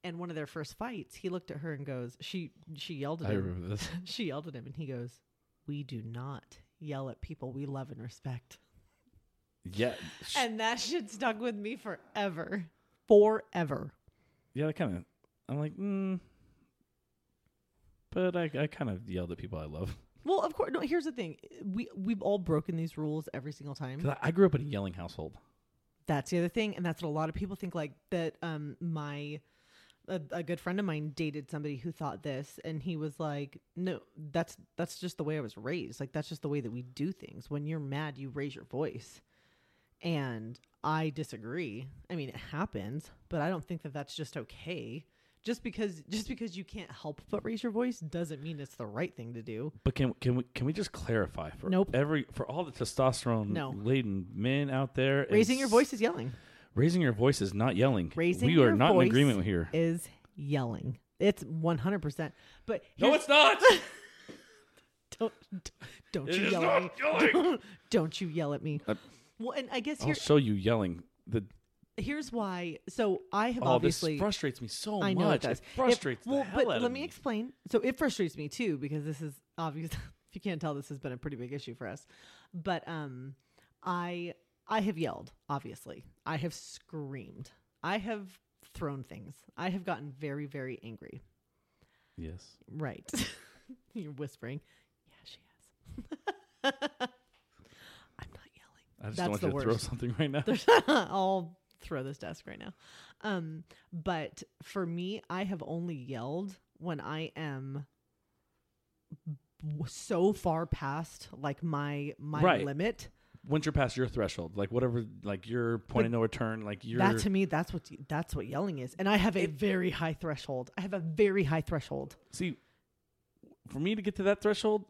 Speaker 1: and one of their first fights he looked at her and goes she she yelled at
Speaker 2: I
Speaker 1: him
Speaker 2: remember this.
Speaker 1: she yelled at him and he goes, We do not yell at people we love and respect.
Speaker 2: Yeah, sh-
Speaker 1: And that shit stuck with me forever. Forever.
Speaker 2: yeah. That kind of. I'm like, mm. but I I kind of yelled at people I love.
Speaker 1: Well, of course. No, here's the thing. We we've all broken these rules every single time.
Speaker 2: 'Cause I, I grew up in a yelling household.
Speaker 1: That's the other thing, and that's what a lot of people think. Like that, um, my a, a good friend of mine dated somebody who thought this, and he was like, "No, that's that's just the way I was raised. Like that's just the way that we do things. When you're mad, you raise your voice." And I disagree. I mean, it happens, but I don't think that that's just okay. Just because just because you can't help but raise your voice doesn't mean it's the right thing to do.
Speaker 2: But can can we can we just clarify for
Speaker 1: Nope.
Speaker 2: every for all the testosterone
Speaker 1: No.
Speaker 2: laden men out there and
Speaker 1: Raising your
Speaker 2: s-
Speaker 1: voice is yelling.
Speaker 2: raising your voice is not yelling.
Speaker 1: Raising
Speaker 2: we are
Speaker 1: your
Speaker 2: not
Speaker 1: voice
Speaker 2: in agreement here.
Speaker 1: Is yelling. It's one hundred percent. But
Speaker 2: no,
Speaker 1: here's-
Speaker 2: it's not.
Speaker 1: don't don't- don't
Speaker 2: It
Speaker 1: you
Speaker 2: is
Speaker 1: yell
Speaker 2: not
Speaker 1: at me.
Speaker 2: yelling.
Speaker 1: Don't, you yell at me.
Speaker 2: Uh,
Speaker 1: well, and I guess
Speaker 2: I'll
Speaker 1: here
Speaker 2: show you yelling. The
Speaker 1: here's why. So I have
Speaker 2: oh, this
Speaker 1: obviously
Speaker 2: frustrates me so
Speaker 1: I
Speaker 2: much.
Speaker 1: know it does.
Speaker 2: frustrates
Speaker 1: well,
Speaker 2: the hell
Speaker 1: but
Speaker 2: out
Speaker 1: let
Speaker 2: of
Speaker 1: me
Speaker 2: me.
Speaker 1: explain. So it frustrates me too because this is obvious. if you can't tell, this has been a pretty big issue for us. But um, I I have yelled. Obviously, I have screamed. I have thrown things. I have gotten very very angry.
Speaker 2: yes.
Speaker 1: Right. You're whispering. Yeah, she has. I'm not yelling.
Speaker 2: I
Speaker 1: That's
Speaker 2: just don't want
Speaker 1: the
Speaker 2: you to throw
Speaker 1: worst.
Speaker 2: something right now.
Speaker 1: There's I'll throw this desk right now. Um, but for me, I have only yelled when I am w- so far past like my my
Speaker 2: Right.
Speaker 1: limit.
Speaker 2: Once you're past your threshold, like whatever, like your point of no return, like your
Speaker 1: That to me, that's what that's what yelling is. And I have a very high threshold. I have a very high threshold.
Speaker 2: see, for me to get to that threshold,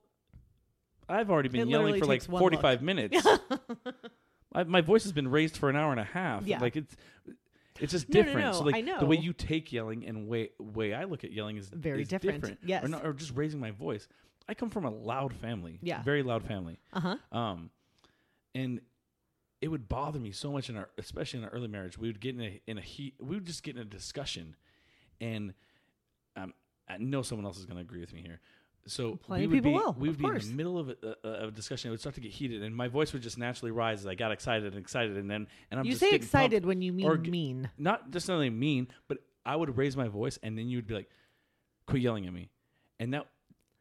Speaker 2: I've already
Speaker 1: It
Speaker 2: been yelling
Speaker 1: literally
Speaker 2: for like
Speaker 1: takes one
Speaker 2: 45 minutes. I, my voice has been raised for an hour and a half.
Speaker 1: Yeah.
Speaker 2: Like it's it's just
Speaker 1: No, no,
Speaker 2: different. So
Speaker 1: no,
Speaker 2: like
Speaker 1: I
Speaker 2: the way
Speaker 1: know.
Speaker 2: you take yelling and way way I look at yelling is
Speaker 1: Very
Speaker 2: is
Speaker 1: different. Yes.
Speaker 2: Or, not, or just raising my voice. I come from a loud family.
Speaker 1: Yeah.
Speaker 2: Very loud family.
Speaker 1: Uh huh.
Speaker 2: Um, and it would bother me so much in our, especially in our early marriage, we would get in a in a heat, we would just get in a discussion, and um, I know someone else is going to agree with me here. So
Speaker 1: Plenty
Speaker 2: we
Speaker 1: of
Speaker 2: would
Speaker 1: people
Speaker 2: be,
Speaker 1: will,
Speaker 2: We
Speaker 1: of
Speaker 2: would be
Speaker 1: course.
Speaker 2: in the middle of a, a, of a discussion. It would start to get heated, and my voice would just naturally rise as I got excited and excited, and then and I'm
Speaker 1: You
Speaker 2: just
Speaker 1: say
Speaker 2: getting
Speaker 1: excited
Speaker 2: pumped.
Speaker 1: when you mean
Speaker 2: or g-
Speaker 1: mean.
Speaker 2: not just not only mean, but I would raise my voice, and then you would be like, "Quit yelling at me," and that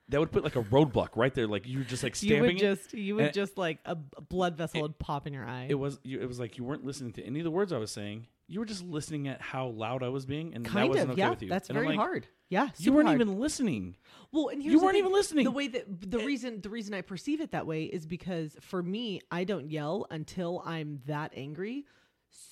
Speaker 2: that would put like a roadblock right there. Like you were just like stamping.
Speaker 1: You would
Speaker 2: it.
Speaker 1: just you would
Speaker 2: and-
Speaker 1: just like a b- a blood vessel would pop in your eye.
Speaker 2: it was you, it was like you weren't listening to any of the words I was saying. You were just listening at how loud I was being, and that
Speaker 1: kind
Speaker 2: wasn't
Speaker 1: of,
Speaker 2: okay
Speaker 1: yeah.
Speaker 2: with you.
Speaker 1: That's
Speaker 2: And I'm
Speaker 1: very
Speaker 2: like,
Speaker 1: hard. Yeah,
Speaker 2: You
Speaker 1: super
Speaker 2: weren't
Speaker 1: hard.
Speaker 2: even listening.
Speaker 1: Well, and here's
Speaker 2: You
Speaker 1: the
Speaker 2: weren't
Speaker 1: thing.
Speaker 2: even listening.
Speaker 1: The way that the reason the reason I perceive it that way is because for me, I don't yell until I'm that angry.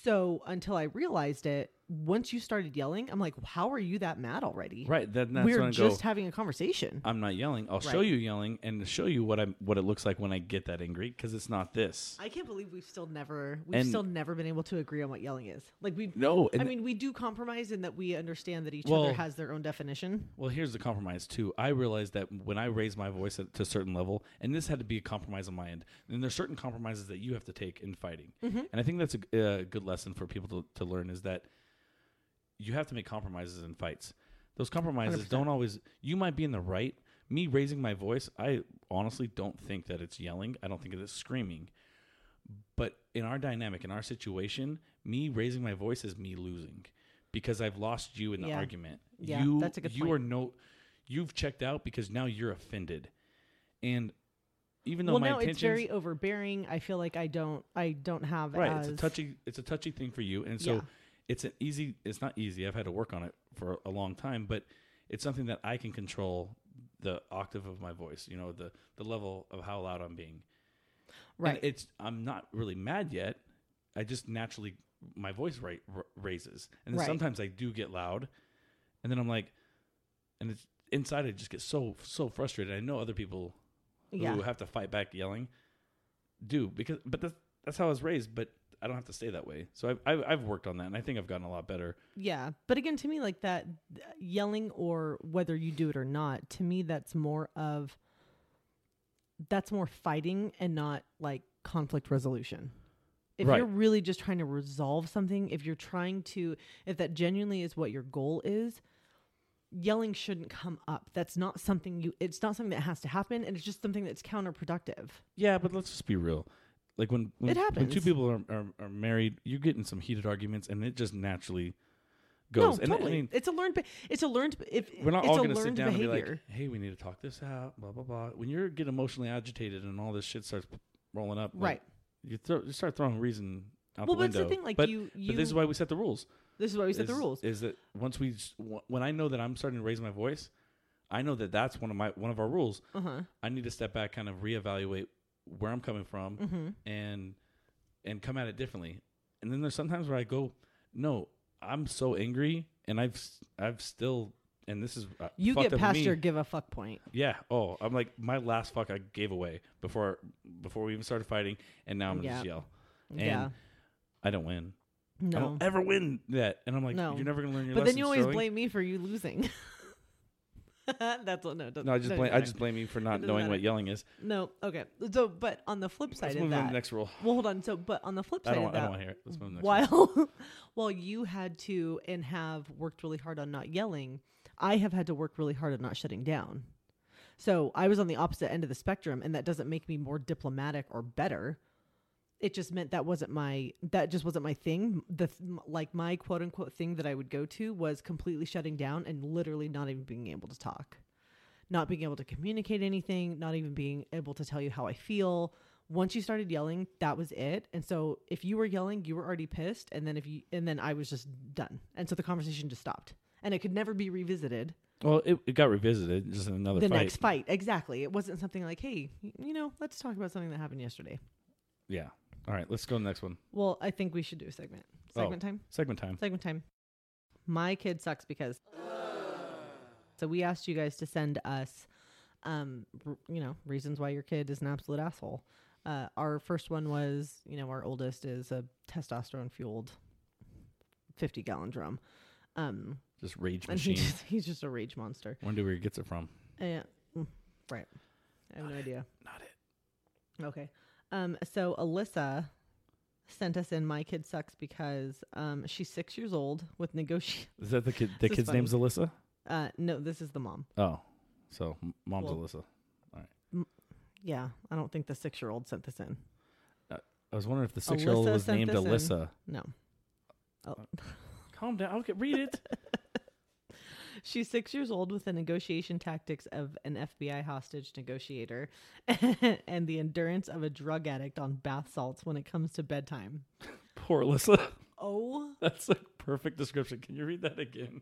Speaker 1: So until I realized it, once you started yelling, I'm like, how are you that mad already?
Speaker 2: Right. Then that's when
Speaker 1: We're
Speaker 2: I
Speaker 1: just
Speaker 2: go. "Uh,
Speaker 1: having a conversation.
Speaker 2: I'm not yelling. I'll show
Speaker 1: Right.
Speaker 2: you yelling and show you what I am what it looks like when I get that angry because it's not this.
Speaker 1: I can't believe we've still never we've
Speaker 2: And-
Speaker 1: still never been able to agree on what yelling is. Like we
Speaker 2: no. And
Speaker 1: I mean, we do compromise in that we understand that each
Speaker 2: Well-
Speaker 1: other has their own definition.
Speaker 2: Well, here's the compromise too. I realized that when I raise my voice at, to a certain level, and this had to be a compromise on my end. And there's certain compromises that you have to take in fighting, and I think that's a g- a good lesson for people to, to learn is that you have to make compromises in fights. Those compromises do not always. You might be in the right. Me raising my voice, I honestly don't think that it's yelling. I don't think it's screaming. But in our dynamic, in our situation, me raising my voice is me losing because I've lost you in the
Speaker 1: Yeah.
Speaker 2: argument.
Speaker 1: Yeah,
Speaker 2: you,
Speaker 1: that's a good
Speaker 2: You
Speaker 1: point.
Speaker 2: are no, you've checked out because now you're offended, and even though
Speaker 1: well,
Speaker 2: my
Speaker 1: now
Speaker 2: intentions,
Speaker 1: it's very overbearing. I feel like I don't I don't have
Speaker 2: right,
Speaker 1: as
Speaker 2: it's a touchy, it's a touchy thing for you, and so
Speaker 1: Yeah.
Speaker 2: it's an easy. It's not easy. I've had to work on it for a long time, but it's something that I can control the octave of my voice. You know, the the level of how loud I'm being. And
Speaker 1: right.
Speaker 2: it's I'm not really mad yet. I just naturally my voice rate r- raises, and then
Speaker 1: Right.
Speaker 2: sometimes I do get loud, and then I'm like, and it's inside I just get so so frustrated. I know other people
Speaker 1: yeah.
Speaker 2: who have to fight back yelling do because, but that's that's how I was raised. But I don't have to stay that way. So I've I've, I've worked on that, and I think I've gotten a lot better.
Speaker 1: Yeah, but again, to me, like that th- yelling or whether you do it or not, to me, that's more of that's more fighting and not like conflict resolution. If
Speaker 2: Right.
Speaker 1: you're really just trying to resolve something, if you're trying to, if that genuinely is what your goal is, yelling shouldn't come up. That's not something you, it's not something that has to happen. And it's just something that's counterproductive.
Speaker 2: Yeah, but let's just be real. Like when when,
Speaker 1: It
Speaker 2: when two
Speaker 1: happens.
Speaker 2: people are, are are married, you get in some heated arguments, and it just naturally goes.
Speaker 1: No,
Speaker 2: and I-
Speaker 1: totally.
Speaker 2: I mean,
Speaker 1: it's a learned, be- it's a learned, if
Speaker 2: we're not
Speaker 1: it's
Speaker 2: all
Speaker 1: a
Speaker 2: going to sit
Speaker 1: learned
Speaker 2: down
Speaker 1: behavior.
Speaker 2: and be like, "Hey, we need to talk this out." Blah blah blah. When you get emotionally agitated and all this shit starts p- rolling up, like,
Speaker 1: right.
Speaker 2: You, throw, you start throwing reason out
Speaker 1: Well,
Speaker 2: the
Speaker 1: but it's
Speaker 2: window.
Speaker 1: the thing, like,
Speaker 2: but,
Speaker 1: you-
Speaker 2: but this is
Speaker 1: you-
Speaker 2: why we set the rules.
Speaker 1: This is why we set the
Speaker 2: is-
Speaker 1: rules.
Speaker 2: Is that once we s- wh- when I know that I'm starting to raise my voice, I know that that's one of my one of our rules.
Speaker 1: Uh huh.
Speaker 2: I need to step back, kind of reevaluate where I'm coming from,
Speaker 1: Mm-hmm.
Speaker 2: and and come at it differently. And then there's sometimes where I go, no, I'm so angry, and I've s- I've still, and this is uh,
Speaker 1: You
Speaker 2: fucked
Speaker 1: get
Speaker 2: up with
Speaker 1: past
Speaker 2: me.
Speaker 1: your give a fuck point.
Speaker 2: Yeah. Oh, I'm like my last fuck I gave away before before we even started fighting, and now I'm gonna just
Speaker 1: Yeah.
Speaker 2: yell. And
Speaker 1: yeah.
Speaker 2: I don't win. I
Speaker 1: No.
Speaker 2: don't ever win that. And I'm like,
Speaker 1: No.
Speaker 2: you're never gonna learn your
Speaker 1: But
Speaker 2: lesson.
Speaker 1: then you always
Speaker 2: Sterling."
Speaker 1: blame me for you losing. That's what no. it Doesn't,
Speaker 2: No, I just
Speaker 1: doesn't
Speaker 2: blame. I
Speaker 1: matter.
Speaker 2: just blame you for not
Speaker 1: doesn't
Speaker 2: knowing
Speaker 1: matter.
Speaker 2: what yelling is.
Speaker 1: no. Okay. So, but on the flip side
Speaker 2: Let's
Speaker 1: of
Speaker 2: move on to
Speaker 1: that,
Speaker 2: the next rule.
Speaker 1: well, hold on. So, but on the flip
Speaker 2: I
Speaker 1: side
Speaker 2: don't.
Speaker 1: of
Speaker 2: I don't
Speaker 1: that,
Speaker 2: want to hear it. Let's move on to the next. rule.
Speaker 1: while while you had to and have worked really hard on not yelling, I have had to work really hard on not shutting down. So I was on the opposite end of the spectrum, and that doesn't make me more diplomatic or better. It just meant that wasn't my that just wasn't my thing. The th- like my quote unquote thing that I would go to was completely shutting down and literally not even being able to talk, not being able to communicate anything, not even being able to tell you how I feel. Once you started yelling, that was it. And so if you were yelling, you were already pissed, and then if you and then I was just done, and so the conversation just stopped, and it could never be revisited
Speaker 2: Well, it, it got revisited just in another
Speaker 1: the
Speaker 2: fight.
Speaker 1: next fight. Exactly. It wasn't something like, hey, y- you know, let's talk about something that happened yesterday.
Speaker 2: Yeah. All right. Let's go to the next one.
Speaker 1: Well, I think we should do a segment.
Speaker 2: Oh.
Speaker 1: Segment time.
Speaker 2: Segment time.
Speaker 1: Segment time. My kid sucks because. So we asked you guys to send us, um, r- you know, reasons why your kid is an absolute asshole. Uh, our first one was, you know, our oldest is a testosterone fueled, fifty gallon drum, um,
Speaker 2: Just rage
Speaker 1: and he
Speaker 2: machine.
Speaker 1: just, he's just a rage monster.
Speaker 2: Wonder where he gets it from.
Speaker 1: Yeah, mm, right. I have no idea.
Speaker 2: Not it.
Speaker 1: Okay. Um, so Alyssa sent us in My Kid Sucks because um, she's six years old with negoti.
Speaker 2: Is that the kid? The
Speaker 1: This is
Speaker 2: kid's name's Alyssa.
Speaker 1: Uh, no, this is the mom.
Speaker 2: Oh, so m- mom's
Speaker 1: Well-
Speaker 2: Alyssa.
Speaker 1: Yeah, I don't think the six year old sent this in.
Speaker 2: I was wondering if the six year old
Speaker 1: Alyssa
Speaker 2: was
Speaker 1: sent
Speaker 2: named
Speaker 1: this in.
Speaker 2: Alyssa.
Speaker 1: No.
Speaker 2: Calm down. Okay, read it.
Speaker 1: She's six years old with the negotiation tactics of an FBI hostage negotiator and the endurance of a drug addict on bath salts when it comes to bedtime.
Speaker 2: Poor Alyssa.
Speaker 1: Oh
Speaker 2: That's a perfect description. Can you read that again?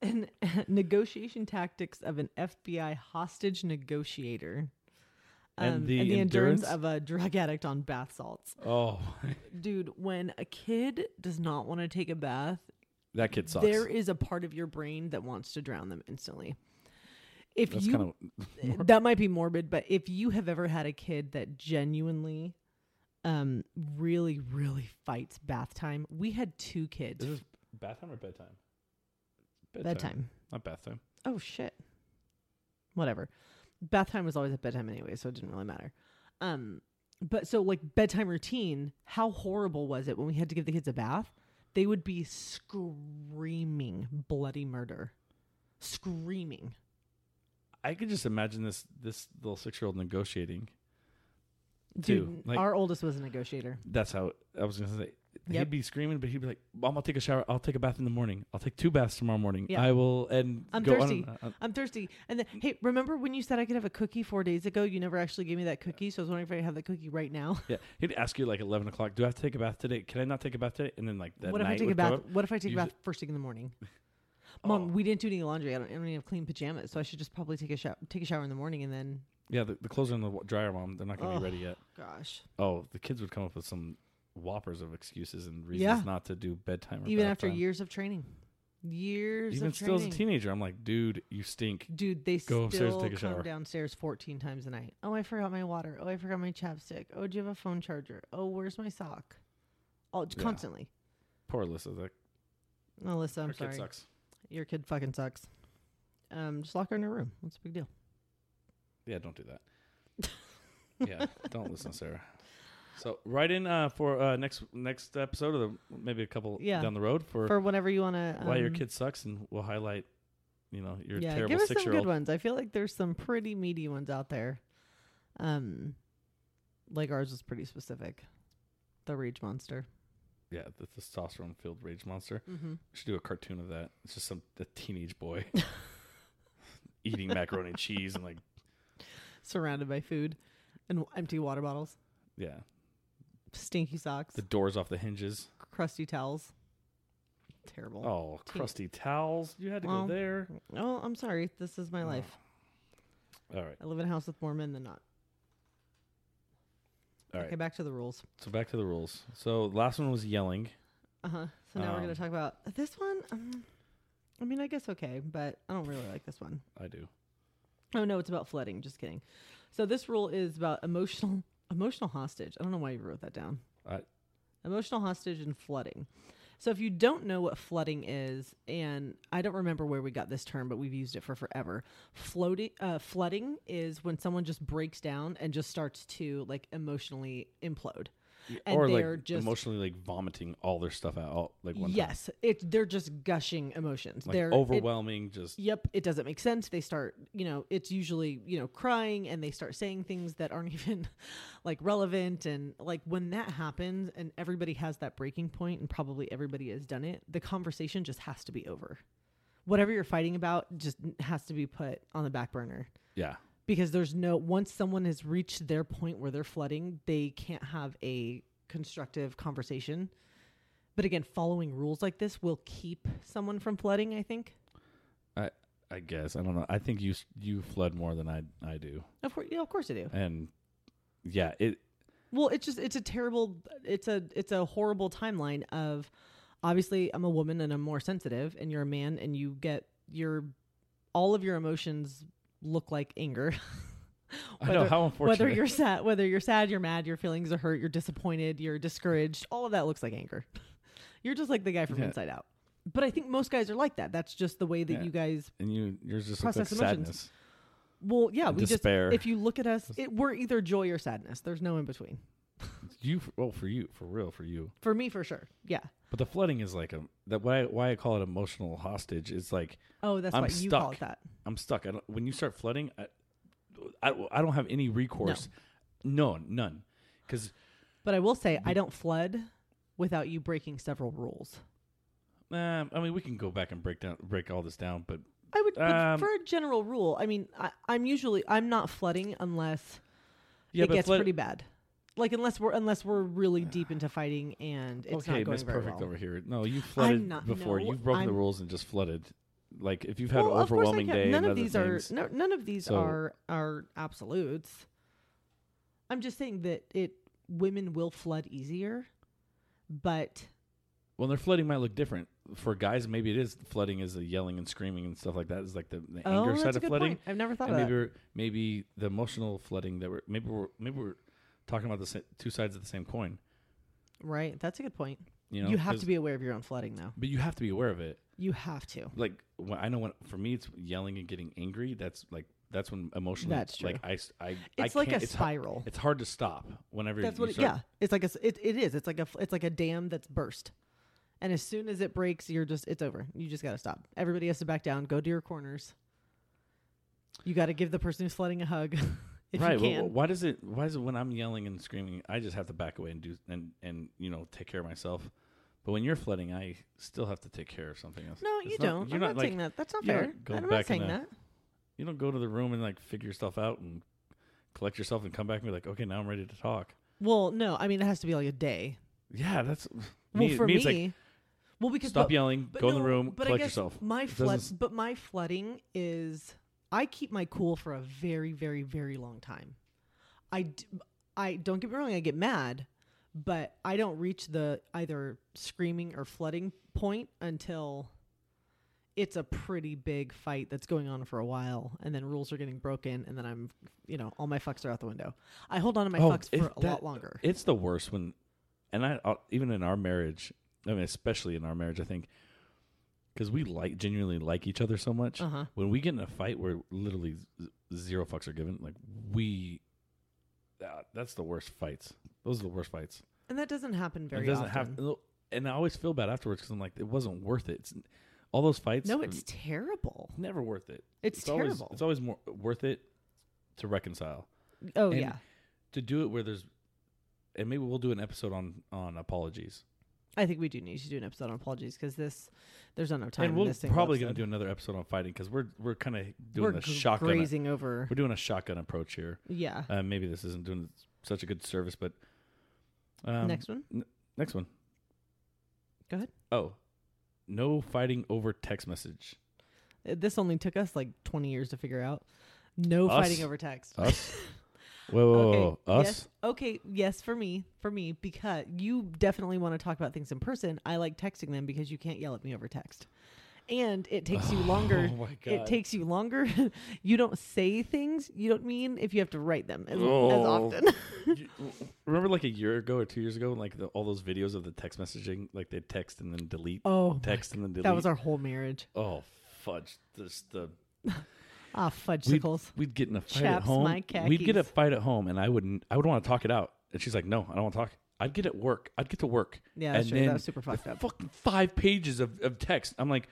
Speaker 1: and negotiation tactics of an FBI hostage negotiator. um,
Speaker 2: And the endurance?
Speaker 1: of a drug addict on bath salts.
Speaker 2: Oh,
Speaker 1: Dude, when a kid does not want to take a bath,
Speaker 2: That kid sucks.
Speaker 1: there is a part of your brain that wants to drown them instantly. If
Speaker 2: That's
Speaker 1: you
Speaker 2: kind of
Speaker 1: that might be morbid, but if you have ever had a kid that genuinely um really really fights bath time, we had two kids.
Speaker 2: Is this bath time or bedtime?
Speaker 1: bedtime.
Speaker 2: Not bath time.
Speaker 1: Oh shit. Whatever. Bath time was always at bedtime anyway, so it didn't really matter. Um but so like bedtime routine, how horrible was it when we had to give the kids a bath? They would be screaming bloody murder. Screaming.
Speaker 2: I could just imagine this this little six year old negotiating. Dude,
Speaker 1: Dude,
Speaker 2: like-
Speaker 1: our oldest was a negotiator.
Speaker 2: That's how I was gonna say. He'd
Speaker 1: Yep.
Speaker 2: be screaming, but he'd be like, "Mom, I'll take a shower. I'll take a bath in the morning. I'll take two baths tomorrow morning.
Speaker 1: Yeah.
Speaker 2: I will." And
Speaker 1: I'm
Speaker 2: go
Speaker 1: thirsty.
Speaker 2: On, uh, and on.
Speaker 1: I'm thirsty. And then, hey, remember when you said I could have a cookie four days ago? You never actually gave me that cookie, so I was wondering if I could have that cookie right now.
Speaker 2: yeah, he'd ask you like eleven o'clock. Do I have to take a bath today? Can I not take a bath today? And then like that
Speaker 1: what if
Speaker 2: night
Speaker 1: I take a
Speaker 2: would come
Speaker 1: bath?
Speaker 2: up.
Speaker 1: What if I take a
Speaker 2: you
Speaker 1: bath
Speaker 2: ju-
Speaker 1: first thing in the morning? Mom,
Speaker 2: Oh.
Speaker 1: we didn't do any laundry. I don't, I don't even have clean pajamas, so I should just probably take a shower. Take a shower in the morning, and then,
Speaker 2: Yeah, the, the clothes are in the wa- dryer, mom. They're not gonna
Speaker 1: Ugh.
Speaker 2: be ready yet.
Speaker 1: gosh,
Speaker 2: Oh, the kids would come up with some whoppers of excuses and reasons
Speaker 1: Yeah.
Speaker 2: not to do bedtime. Or
Speaker 1: even
Speaker 2: bath
Speaker 1: after
Speaker 2: time.
Speaker 1: years of training, years
Speaker 2: even
Speaker 1: of
Speaker 2: still as a
Speaker 1: training.
Speaker 2: teenager, I'm like, dude, you stink.
Speaker 1: Dude, they
Speaker 2: Go upstairs,
Speaker 1: still
Speaker 2: take a
Speaker 1: come
Speaker 2: shower.
Speaker 1: downstairs 14 times a night. Oh, I forgot my water. Oh, I forgot my chapstick. Oh, do you have a phone charger? Oh, where's my sock? Oh,
Speaker 2: Yeah.
Speaker 1: constantly.
Speaker 2: Poor Alyssa. That
Speaker 1: Alyssa, I'm
Speaker 2: her
Speaker 1: sorry.
Speaker 2: kid sucks.
Speaker 1: Your kid fucking sucks. Um, just lock her in her room. What's the big deal?
Speaker 2: Yeah, don't do that. yeah, don't listen, Sarah. So write in uh, for uh, next next episode or the, maybe a couple
Speaker 1: Yeah.
Speaker 2: down the road for,
Speaker 1: For whenever you want to. Um,
Speaker 2: why your kid sucks, and we'll highlight, you know, your
Speaker 1: yeah,
Speaker 2: terrible
Speaker 1: give us
Speaker 2: six
Speaker 1: some
Speaker 2: year
Speaker 1: good
Speaker 2: old.
Speaker 1: ones. I feel like there's some pretty meaty ones out there. Um, like ours was pretty specific. The rage monster.
Speaker 2: Yeah, the testosterone filled rage monster.
Speaker 1: Mm-hmm.
Speaker 2: We should do a cartoon of that. It's just some a teenage boy eating macaroni and cheese and like
Speaker 1: Surrounded by food and w- empty water bottles,
Speaker 2: yeah,
Speaker 1: stinky socks,
Speaker 2: the doors off the hinges.
Speaker 1: crusty towels. Terrible. Oh.
Speaker 2: Oh,
Speaker 1: Teen-
Speaker 2: crusty towels. You had to
Speaker 1: Well,
Speaker 2: go there.
Speaker 1: I'm sorry. This
Speaker 2: Oh.
Speaker 1: is my life.
Speaker 2: All right,
Speaker 1: I live in a house with more men than not.
Speaker 2: all
Speaker 1: Okay,
Speaker 2: right.
Speaker 1: back to the rules.
Speaker 2: So back to the rules. So last one was yelling.
Speaker 1: Uh huh. So now we're gonna
Speaker 2: Um,
Speaker 1: talk about this one. Um, I mean, I guess okay, but I don't really like this one.
Speaker 2: I do.
Speaker 1: Oh no, it's about flooding. Just kidding. So this rule is about emotional emotional hostage. I don't know why you wrote that down.
Speaker 2: I-
Speaker 1: Emotional hostage and flooding. So if you don't know what flooding is, and I don't remember where we got this term, but we've used it for forever. Floating, uh, flooding is when someone just breaks down and just starts to like emotionally implode.
Speaker 2: Y-
Speaker 1: and
Speaker 2: or
Speaker 1: they're
Speaker 2: like
Speaker 1: just-
Speaker 2: emotionally like vomiting all their stuff out all, like one time.
Speaker 1: Yes, it's they're just gushing emotions.
Speaker 2: like
Speaker 1: they're it-
Speaker 2: overwhelming just
Speaker 1: yep it doesn't make sense they start you know it's usually you know crying and they start saying things that aren't even like relevant and like when that happens and everybody has that breaking point and probably everybody has done it the conversation just has to be over whatever you're fighting about just has to be put on the back burner
Speaker 2: yeah
Speaker 1: because there's no once someone has reached their point where they're flooding they can't have a constructive conversation but again following rules like this will keep someone from flooding i think
Speaker 2: i i guess i don't know i think you s- you flood more than i i do
Speaker 1: of course yeah of course i do
Speaker 2: and yeah it
Speaker 1: Well, it's just it's a terrible it's a it's a horrible timeline of obviously I'm a woman and I'm more sensitive and you're a man and you get your all of your emotions look like anger.
Speaker 2: i know how unfortunate
Speaker 1: whether you're sad whether you're sad, you're mad, your feelings are hurt, you're disappointed, you're discouraged, all of that looks like anger. you're just like the guy from
Speaker 2: Yeah.
Speaker 1: inside out. But I think most guys are like that. That's just the way that
Speaker 2: Yeah.
Speaker 1: you guys
Speaker 2: and you yours just looks like
Speaker 1: process emotions.
Speaker 2: sadness
Speaker 1: well, yeah,
Speaker 2: and
Speaker 1: we
Speaker 2: despair.
Speaker 1: just if you look at us, it, we're either joy or sadness. There's no in between.
Speaker 2: you f- well for you for real for you
Speaker 1: For me for sure. Yeah.
Speaker 2: but the flooding is like a that why why i call it emotional hostage is like
Speaker 1: Oh, that's
Speaker 2: I'm
Speaker 1: why you call it
Speaker 2: stuck.
Speaker 1: that.
Speaker 2: i'm stuck i don't when you start flooding i i, I don't have any recourse no, none because
Speaker 1: But I will say
Speaker 2: Mm-hmm.
Speaker 1: I don't flood without you breaking several rules.
Speaker 2: Nah, eh, I mean, we can go back and break down, break all this down, but
Speaker 1: I would, but
Speaker 2: Um,
Speaker 1: for a general rule, I mean, I, I'm usually I'm not flooding unless
Speaker 2: yeah,
Speaker 1: it
Speaker 2: but
Speaker 1: gets
Speaker 2: flood-
Speaker 1: pretty bad. Like unless we're unless we're really deep into fighting and it's
Speaker 2: okay,
Speaker 1: not going
Speaker 2: Miss
Speaker 1: very
Speaker 2: Perfect
Speaker 1: well.
Speaker 2: over here. No, you flooded
Speaker 1: not-
Speaker 2: before.
Speaker 1: no,
Speaker 2: You've broken the
Speaker 1: I'm-
Speaker 2: rules and just flooded. Like if you've had
Speaker 1: Well,
Speaker 2: an
Speaker 1: of course I
Speaker 2: overwhelming
Speaker 1: can.
Speaker 2: day,
Speaker 1: None
Speaker 2: and
Speaker 1: of
Speaker 2: other
Speaker 1: these
Speaker 2: things,
Speaker 1: are no, none of these
Speaker 2: So-
Speaker 1: are are absolutes. I'm just saying that it women will flood easier, but
Speaker 2: Well, their flooding might look different. for guys, maybe it is flooding is the yelling and screaming and stuff like that is like the, the
Speaker 1: oh,
Speaker 2: anger
Speaker 1: that's
Speaker 2: side
Speaker 1: a
Speaker 2: of
Speaker 1: good
Speaker 2: flooding.
Speaker 1: Point. I've never thought
Speaker 2: And
Speaker 1: of
Speaker 2: maybe
Speaker 1: that.
Speaker 2: we're, maybe the emotional flooding that we're maybe we're maybe we're talking about the sa- two sides of the same coin.
Speaker 1: Right. That's a good point.
Speaker 2: You
Speaker 1: You,
Speaker 2: know,
Speaker 1: have
Speaker 2: 'cause-
Speaker 1: to be aware of your own flooding, though.
Speaker 2: but you have to be aware of it.
Speaker 1: You have to.
Speaker 2: Like when, I know when for me it's yelling and getting angry. That's like that's when emotionally
Speaker 1: That's
Speaker 2: like I s- I I
Speaker 1: It's like a
Speaker 2: can't- it's hard-
Speaker 1: spiral.
Speaker 2: It's hard to stop whenever
Speaker 1: That's
Speaker 2: you
Speaker 1: what. It,
Speaker 2: start-
Speaker 1: yeah. It's like a. s- It, it is. It's like a. f- It's like a dam that's burst, and as soon as it breaks, you're just. It's over. You just got to stop. Everybody has to back down. Go to your corners. You got to give the person who's flooding a hug, if
Speaker 2: right.
Speaker 1: you
Speaker 2: well,
Speaker 1: can.
Speaker 2: why does it? Why is it when I'm yelling and screaming, I just have to back away and do and and you know take care of myself. But when you're flooding, I still have to take care of something else.
Speaker 1: no,
Speaker 2: It's
Speaker 1: you
Speaker 2: not-
Speaker 1: don't.
Speaker 2: You're
Speaker 1: I'm
Speaker 2: not,
Speaker 1: not
Speaker 2: like
Speaker 1: saying that. That's not
Speaker 2: you don't
Speaker 1: fair.
Speaker 2: go
Speaker 1: I'm
Speaker 2: back in
Speaker 1: not saying
Speaker 2: the-
Speaker 1: that.
Speaker 2: you don't go to the room and like figure stuff out and collect yourself and come back and be like, okay, now I'm ready to talk.
Speaker 1: Well, no. I mean, it has to be like a day.
Speaker 2: Yeah, that's
Speaker 1: Well,
Speaker 2: me,
Speaker 1: for
Speaker 2: me,
Speaker 1: me,
Speaker 2: it's like
Speaker 1: well, because
Speaker 2: stop
Speaker 1: but-
Speaker 2: yelling,
Speaker 1: but
Speaker 2: go in the
Speaker 1: no,
Speaker 2: room,
Speaker 1: but I
Speaker 2: collect
Speaker 1: guess
Speaker 2: yourself.
Speaker 1: My
Speaker 2: It
Speaker 1: flood,
Speaker 2: doesn't s-
Speaker 1: but my flooding is I keep my cool for a very, very, very long time. I, d- I don't get me wrong. I get mad, but I don't reach the either screaming or flooding point until it's a pretty big fight that's going on for a while, and then rules are getting broken, and then I'm, you know, all my fucks are out the window. I hold on to my
Speaker 2: Oh,
Speaker 1: fucks
Speaker 2: if
Speaker 1: for a
Speaker 2: that-
Speaker 1: lot longer.
Speaker 2: It's the worst when, and I I'll- even in our marriage, I mean, especially in our marriage, I think because we like genuinely like each other so much.
Speaker 1: Uh huh.
Speaker 2: When we get in a fight where literally z- zero fucks are given, like we, that, that's the worst fights. Those are the worst fights.
Speaker 1: And that doesn't happen very
Speaker 2: it doesn't
Speaker 1: often.
Speaker 2: have, and I always feel bad afterwards because I'm like, it wasn't worth it. It's, all those fights,
Speaker 1: no, it's terrible.
Speaker 2: never worth it.
Speaker 1: It's,
Speaker 2: always-
Speaker 1: terrible.
Speaker 2: it's always more worth it to reconcile
Speaker 1: oh
Speaker 2: and
Speaker 1: yeah.
Speaker 2: to do it where there's, and maybe we'll do an episode on on apologies.
Speaker 1: I think we do need to do an episode on apologies because this there's not enough time.
Speaker 2: and
Speaker 1: in
Speaker 2: we're
Speaker 1: this
Speaker 2: probably going to do another episode on fighting because we're we're kind of doing
Speaker 1: we're
Speaker 2: the
Speaker 1: gr-
Speaker 2: shotgun.
Speaker 1: grazing over.
Speaker 2: We're doing a shotgun approach here.
Speaker 1: Yeah.
Speaker 2: Uh, maybe this isn't doing such a good service, but um,
Speaker 1: Next one.
Speaker 2: next one.
Speaker 1: Go ahead.
Speaker 2: Oh, no fighting over text message.
Speaker 1: Uh, This only took us like 20 years to figure out. No
Speaker 2: Us?
Speaker 1: fighting over text.
Speaker 2: Us. whoa, whoa, whoa, whoa. us.
Speaker 1: Yes. Okay. Yes, for me, for me, because you definitely want to talk about things in person. I like texting them because you can't yell at me over text, and it takes you longer.
Speaker 2: Oh my god.
Speaker 1: It takes you longer. you don't say things you don't mean if you have to write them as, as
Speaker 2: Oh.
Speaker 1: often.
Speaker 2: You- remember like a year ago or two years ago like the, all those videos of the text messaging like they text and then delete
Speaker 1: oh,
Speaker 2: text and then delete
Speaker 1: that was our whole marriage.
Speaker 2: oh fudge this the
Speaker 1: Ah,
Speaker 2: we'd,
Speaker 1: fudgesicles.
Speaker 2: we'd get in a fight at
Speaker 1: Chaps
Speaker 2: home
Speaker 1: my
Speaker 2: we'd get a
Speaker 1: khakis.
Speaker 2: fight at home and i wouldn't i would want to talk it out and she's like no i don't want to talk i'd get at work i'd get to work
Speaker 1: Yeah, that's
Speaker 2: and
Speaker 1: true.
Speaker 2: then
Speaker 1: That was super fucked up.
Speaker 2: fucking five pages of, of text i'm like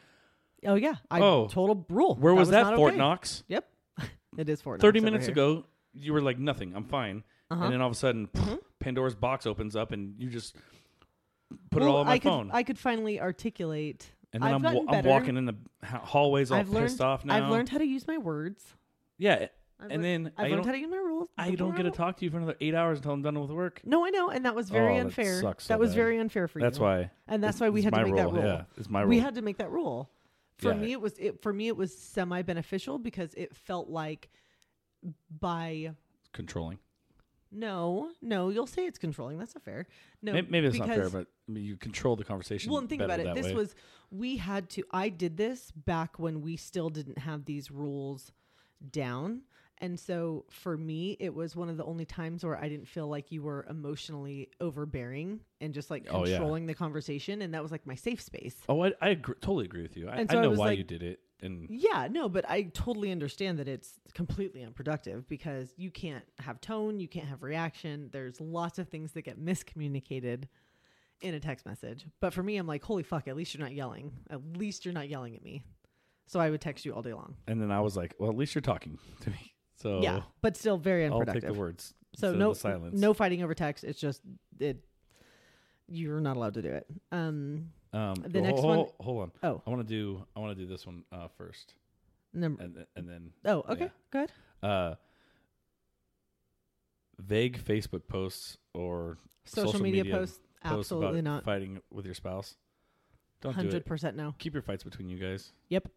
Speaker 1: Oh yeah. I
Speaker 2: Oh.
Speaker 1: total rule.
Speaker 2: where was that,
Speaker 1: not
Speaker 2: fort
Speaker 1: okay.
Speaker 2: knox
Speaker 1: Yep. it is Fort
Speaker 2: 30
Speaker 1: Knox over
Speaker 2: minutes
Speaker 1: here.
Speaker 2: ago you were like nothing i'm fine
Speaker 1: Uh-huh.
Speaker 2: and then all of a sudden pandora's box opens up and you just put it
Speaker 1: Well,
Speaker 2: all on my
Speaker 1: I could,
Speaker 2: phone
Speaker 1: I could finally articulate.
Speaker 2: And then
Speaker 1: I've
Speaker 2: I'm, wa-
Speaker 1: gotten
Speaker 2: I'm
Speaker 1: better.
Speaker 2: walking in the ha- hallways all
Speaker 1: I've learned,
Speaker 2: pissed off now.
Speaker 1: I've learned how to use my words.
Speaker 2: Yeah.
Speaker 1: I've
Speaker 2: and
Speaker 1: learned-
Speaker 2: then
Speaker 1: I've
Speaker 2: I
Speaker 1: learned
Speaker 2: don't,
Speaker 1: how to use my rules.
Speaker 2: I don't get to talk to you for another eight hours until I'm done with work.
Speaker 1: No, I know, and that was very
Speaker 2: Oh, that
Speaker 1: unfair.
Speaker 2: sucks so
Speaker 1: was
Speaker 2: bad.
Speaker 1: very unfair for you.
Speaker 2: That's why.
Speaker 1: and that's why we
Speaker 2: it's
Speaker 1: had
Speaker 2: my
Speaker 1: to make that
Speaker 2: rule.
Speaker 1: rule.
Speaker 2: Yeah, it's my
Speaker 1: We
Speaker 2: rule.
Speaker 1: had to make that rule. For
Speaker 2: Yeah.
Speaker 1: me, it was it. For me, it was semi beneficial because it felt like by
Speaker 2: Controlling.
Speaker 1: no, no, you'll say it's controlling. That's not fair. No,
Speaker 2: Maybe, maybe it's not fair,
Speaker 1: because-
Speaker 2: but I mean, you control the conversation.
Speaker 1: Well, and think
Speaker 2: better
Speaker 1: about it.
Speaker 2: that
Speaker 1: This
Speaker 2: way.
Speaker 1: was we had to. I did this back when we still didn't have these rules down, and so for me, it was one of the only times where I didn't feel like you were emotionally overbearing and just like
Speaker 2: Oh, yeah.
Speaker 1: controlling the conversation, and that was like my safe space.
Speaker 2: Oh, I, I agree, totally agree with you. I,
Speaker 1: And
Speaker 2: I
Speaker 1: so I
Speaker 2: know
Speaker 1: was
Speaker 2: why
Speaker 1: like-
Speaker 2: you did it. And
Speaker 1: Yeah, no, but I totally understand that it's completely unproductive because you can't have tone, you can't have reaction. There's lots of things that get miscommunicated in a text message. But for me, I'm like, holy fuck, at least you're not yelling. At least you're not yelling at me. So I would text you all day long.
Speaker 2: and then I was like, well, at least you're talking to me. So
Speaker 1: yeah, but still very
Speaker 2: Oh. I'll take the
Speaker 1: unproductive.
Speaker 2: words.
Speaker 1: so
Speaker 2: instead of
Speaker 1: no
Speaker 2: the silence.
Speaker 1: no fighting over text. It's just it you're not allowed to do it. Um
Speaker 2: Um,
Speaker 1: the
Speaker 2: ho-
Speaker 1: next
Speaker 2: ho-
Speaker 1: one-
Speaker 2: Hold, on.
Speaker 1: Oh.
Speaker 2: I want to do. I want to do this one uh, first,
Speaker 1: number
Speaker 2: and th- and then
Speaker 1: Oh, okay.
Speaker 2: yeah.
Speaker 1: Go ahead.
Speaker 2: uh, vague Facebook posts or
Speaker 1: Social,
Speaker 2: Social
Speaker 1: media,
Speaker 2: media
Speaker 1: posts
Speaker 2: posts
Speaker 1: absolutely
Speaker 2: about
Speaker 1: not.
Speaker 2: fighting with your spouse. Don't do
Speaker 1: Hundred
Speaker 2: it.
Speaker 1: percent no.
Speaker 2: Keep your fights between you guys,
Speaker 1: Yep.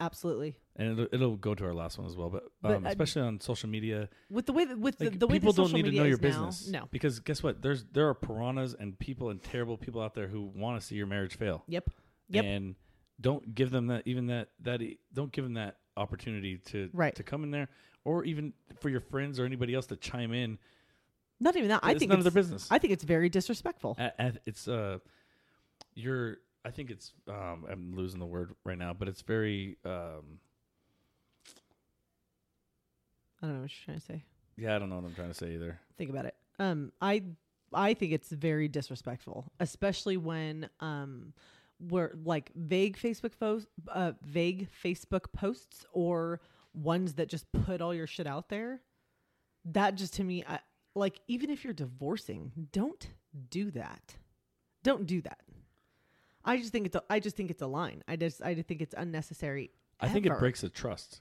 Speaker 1: Absolutely.
Speaker 2: and it'll, it'll go to our last one as well. But,
Speaker 1: But
Speaker 2: um,
Speaker 1: I-
Speaker 2: especially on social media,
Speaker 1: With the way that with
Speaker 2: like,
Speaker 1: the, the way
Speaker 2: people
Speaker 1: that
Speaker 2: don't
Speaker 1: social
Speaker 2: need to
Speaker 1: media
Speaker 2: know your
Speaker 1: is now,
Speaker 2: business.
Speaker 1: No.
Speaker 2: because guess what? There's there are piranhas and people and terrible people out there who want to see your marriage fail,
Speaker 1: Yep. Yep.
Speaker 2: and don't give them that even that that e- don't give them that opportunity to
Speaker 1: Right.
Speaker 2: to come in there or even for your friends or anybody else to chime in.
Speaker 1: Not even that. I
Speaker 2: it's
Speaker 1: think
Speaker 2: none
Speaker 1: it's,
Speaker 2: of their business.
Speaker 1: I think it's very disrespectful.
Speaker 2: A- a- it's uh, you're. I think it's. Um, I'm losing the word right now, but it's very. Um,
Speaker 1: I don't know what you're trying to say.
Speaker 2: yeah, I don't know what I'm trying to say either.
Speaker 1: Think about it. Um, I I think it's very disrespectful, especially when um, where like vague Facebook posts, uh, vague Facebook posts, or ones that just put all your shit out there. That just to me, I, like even if you're divorcing, don't do that. Don't do that. I just think it's a, I just think it's a line. I just I think it's unnecessary.
Speaker 2: I think it
Speaker 1: ever.
Speaker 2: breaks a trust.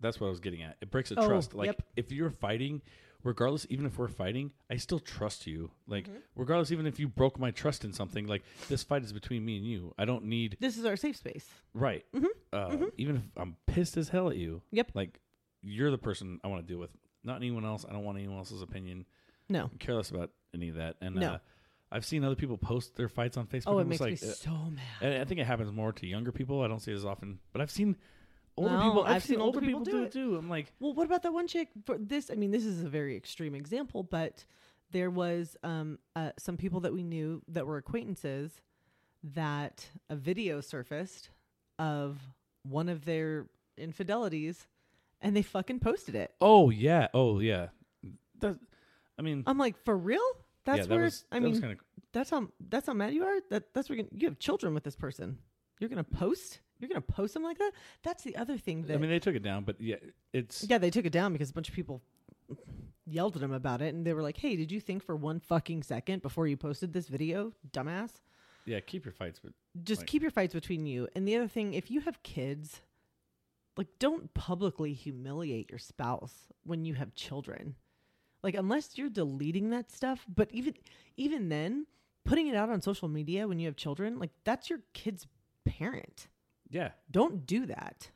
Speaker 2: That's what I was getting at. It breaks a
Speaker 1: Oh,
Speaker 2: trust. Like
Speaker 1: yep.
Speaker 2: if you're fighting, regardless, even if we're fighting, I still trust you. Like
Speaker 1: Mm-hmm.
Speaker 2: regardless, even if you broke my trust in something, like this fight is between me and you. I don't need
Speaker 1: This is our safe space.
Speaker 2: right. Uh, Even if I'm pissed as hell at you,
Speaker 1: Mm-hmm. Yep.
Speaker 2: like you're the person I want to deal with, not anyone else. I don't want anyone else's opinion.
Speaker 1: No.
Speaker 2: I'm careless about any of that. And
Speaker 1: No.
Speaker 2: uh, I've seen other people post their fights on Facebook.
Speaker 1: Oh, it
Speaker 2: and
Speaker 1: makes
Speaker 2: it's
Speaker 1: me
Speaker 2: like, uh,
Speaker 1: so mad.
Speaker 2: and I think it happens more to younger people. I don't see it as often, but I've seen older
Speaker 1: No,
Speaker 2: people. I've,
Speaker 1: I've
Speaker 2: seen, older people, do,
Speaker 1: it.
Speaker 2: too. I'm like,
Speaker 1: Well, what about that one chick for this? I mean, this is a very extreme example, but there was um, uh, some people that we knew that were acquaintances that a video surfaced of one of their infidelities, and they fucking posted it.
Speaker 2: oh yeah, oh yeah. That, I mean,
Speaker 1: I'm like, for real? Oh, That's
Speaker 2: yeah, that
Speaker 1: where
Speaker 2: was.
Speaker 1: I
Speaker 2: that was
Speaker 1: mean,
Speaker 2: kinda,
Speaker 1: that's how that's how mad you are. That that's where you're gonna, you have children with this person. You're gonna post. You're gonna post something like that. That's the other thing that
Speaker 2: I mean, they took it down, but yeah, it's
Speaker 1: Yeah, they took it down because a bunch of people yelled at him about it, and they were like, "Hey, did you think for one fucking second before you posted this video, dumbass?
Speaker 2: yeah. Keep your fights, but
Speaker 1: Just
Speaker 2: Right.
Speaker 1: keep your fights between you." And the other thing, if you have kids, like don't publicly humiliate your spouse when you have children. Like unless you're deleting that stuff, but even even then, putting it out on social media when you have children, like that's your kid's parent.
Speaker 2: yeah,
Speaker 1: Don't do that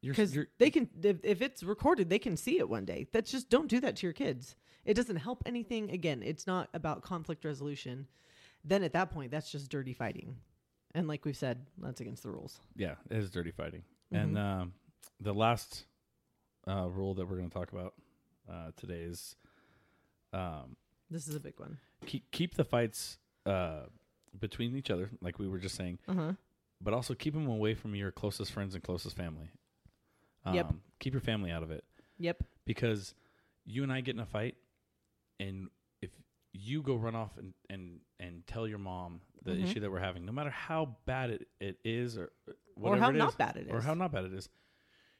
Speaker 2: you're
Speaker 1: because
Speaker 2: you're-
Speaker 1: they can if, if it's recorded they can see it one day that's just don't do that to your kids it doesn't help anything again it's not about conflict resolution then at that point that's just dirty fighting and like we've said that's against the rules
Speaker 2: yeah, it is dirty fighting. And
Speaker 1: Mm-hmm.
Speaker 2: um, the last uh, rule that we're going to talk about uh, today is um,
Speaker 1: this is a big one
Speaker 2: keep keep the fights uh, between each other, like we were just saying,
Speaker 1: uh-huh
Speaker 2: but also keep them away from your closest friends and closest family. Um,
Speaker 1: Yep.
Speaker 2: Keep your family out of it
Speaker 1: yep
Speaker 2: because you and I get in a fight, and if you go run off and and and tell your mom the
Speaker 1: Mhm.
Speaker 2: issue that we're having, no matter how bad it, it is or uh, whatever
Speaker 1: or how
Speaker 2: it is,
Speaker 1: not bad it is
Speaker 2: or how not bad it is,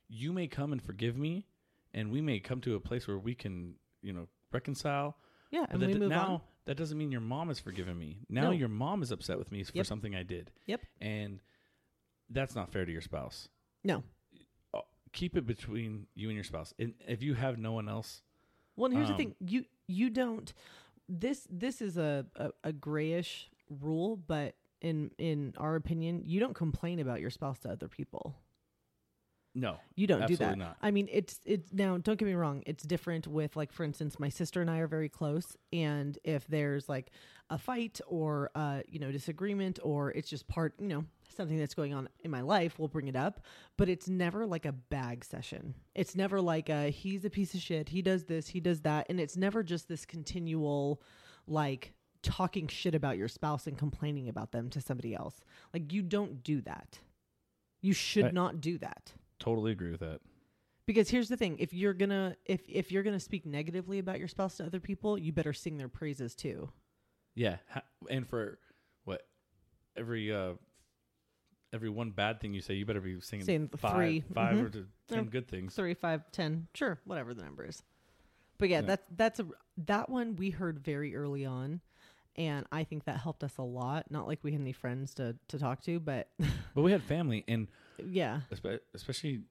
Speaker 2: you may come and forgive me, and we may come to a place where we can you know reconcile
Speaker 1: yeah
Speaker 2: but
Speaker 1: and we
Speaker 2: that,
Speaker 1: move
Speaker 2: now
Speaker 1: on
Speaker 2: that doesn't mean your mom has forgiven me. Now
Speaker 1: No.
Speaker 2: your mom is upset with me for
Speaker 1: Yep.
Speaker 2: something I did.
Speaker 1: Yep.
Speaker 2: And that's not fair to your spouse.
Speaker 1: no
Speaker 2: Uh, Keep it between you and your spouse. And if you have no one else,
Speaker 1: Well, and here's
Speaker 2: Um,
Speaker 1: the thing: you you don't. This this is a, a a grayish rule, but in in our opinion, you don't complain about your spouse to other people.
Speaker 2: no.
Speaker 1: You don't do that.
Speaker 2: Absolutely not.
Speaker 1: I mean, it's it's now. Don't get me wrong. It's different with like, for instance, my sister and I are very close, and if there's like a fight or uh, you know disagreement or it's just part you know something that's going on in my life, we'll bring it up. But it's never like a bag session. It's never like a he's a piece of shit. He does this. He does that, and it's never just this continual like talking shit about your spouse and complaining about them to somebody else. Like you don't do that. You should
Speaker 2: I-
Speaker 1: not do that
Speaker 2: Totally agree with that.
Speaker 1: because here's the thing if you're gonna if if you're gonna speak negatively about your spouse to other people you better sing their praises too
Speaker 2: Yeah. Ha- And for what every uh every one bad thing you say, you better be singing
Speaker 1: Saying the
Speaker 2: five,
Speaker 1: three.
Speaker 2: five
Speaker 1: Mhm.
Speaker 2: or to ten good things.
Speaker 1: three five ten sure whatever the number is but yeah,
Speaker 2: Yeah.
Speaker 1: that's that's a that one we heard very early on and i think that helped us a lot not like we had any friends to to talk to but
Speaker 2: But we had family and
Speaker 1: yeah
Speaker 2: espe- especially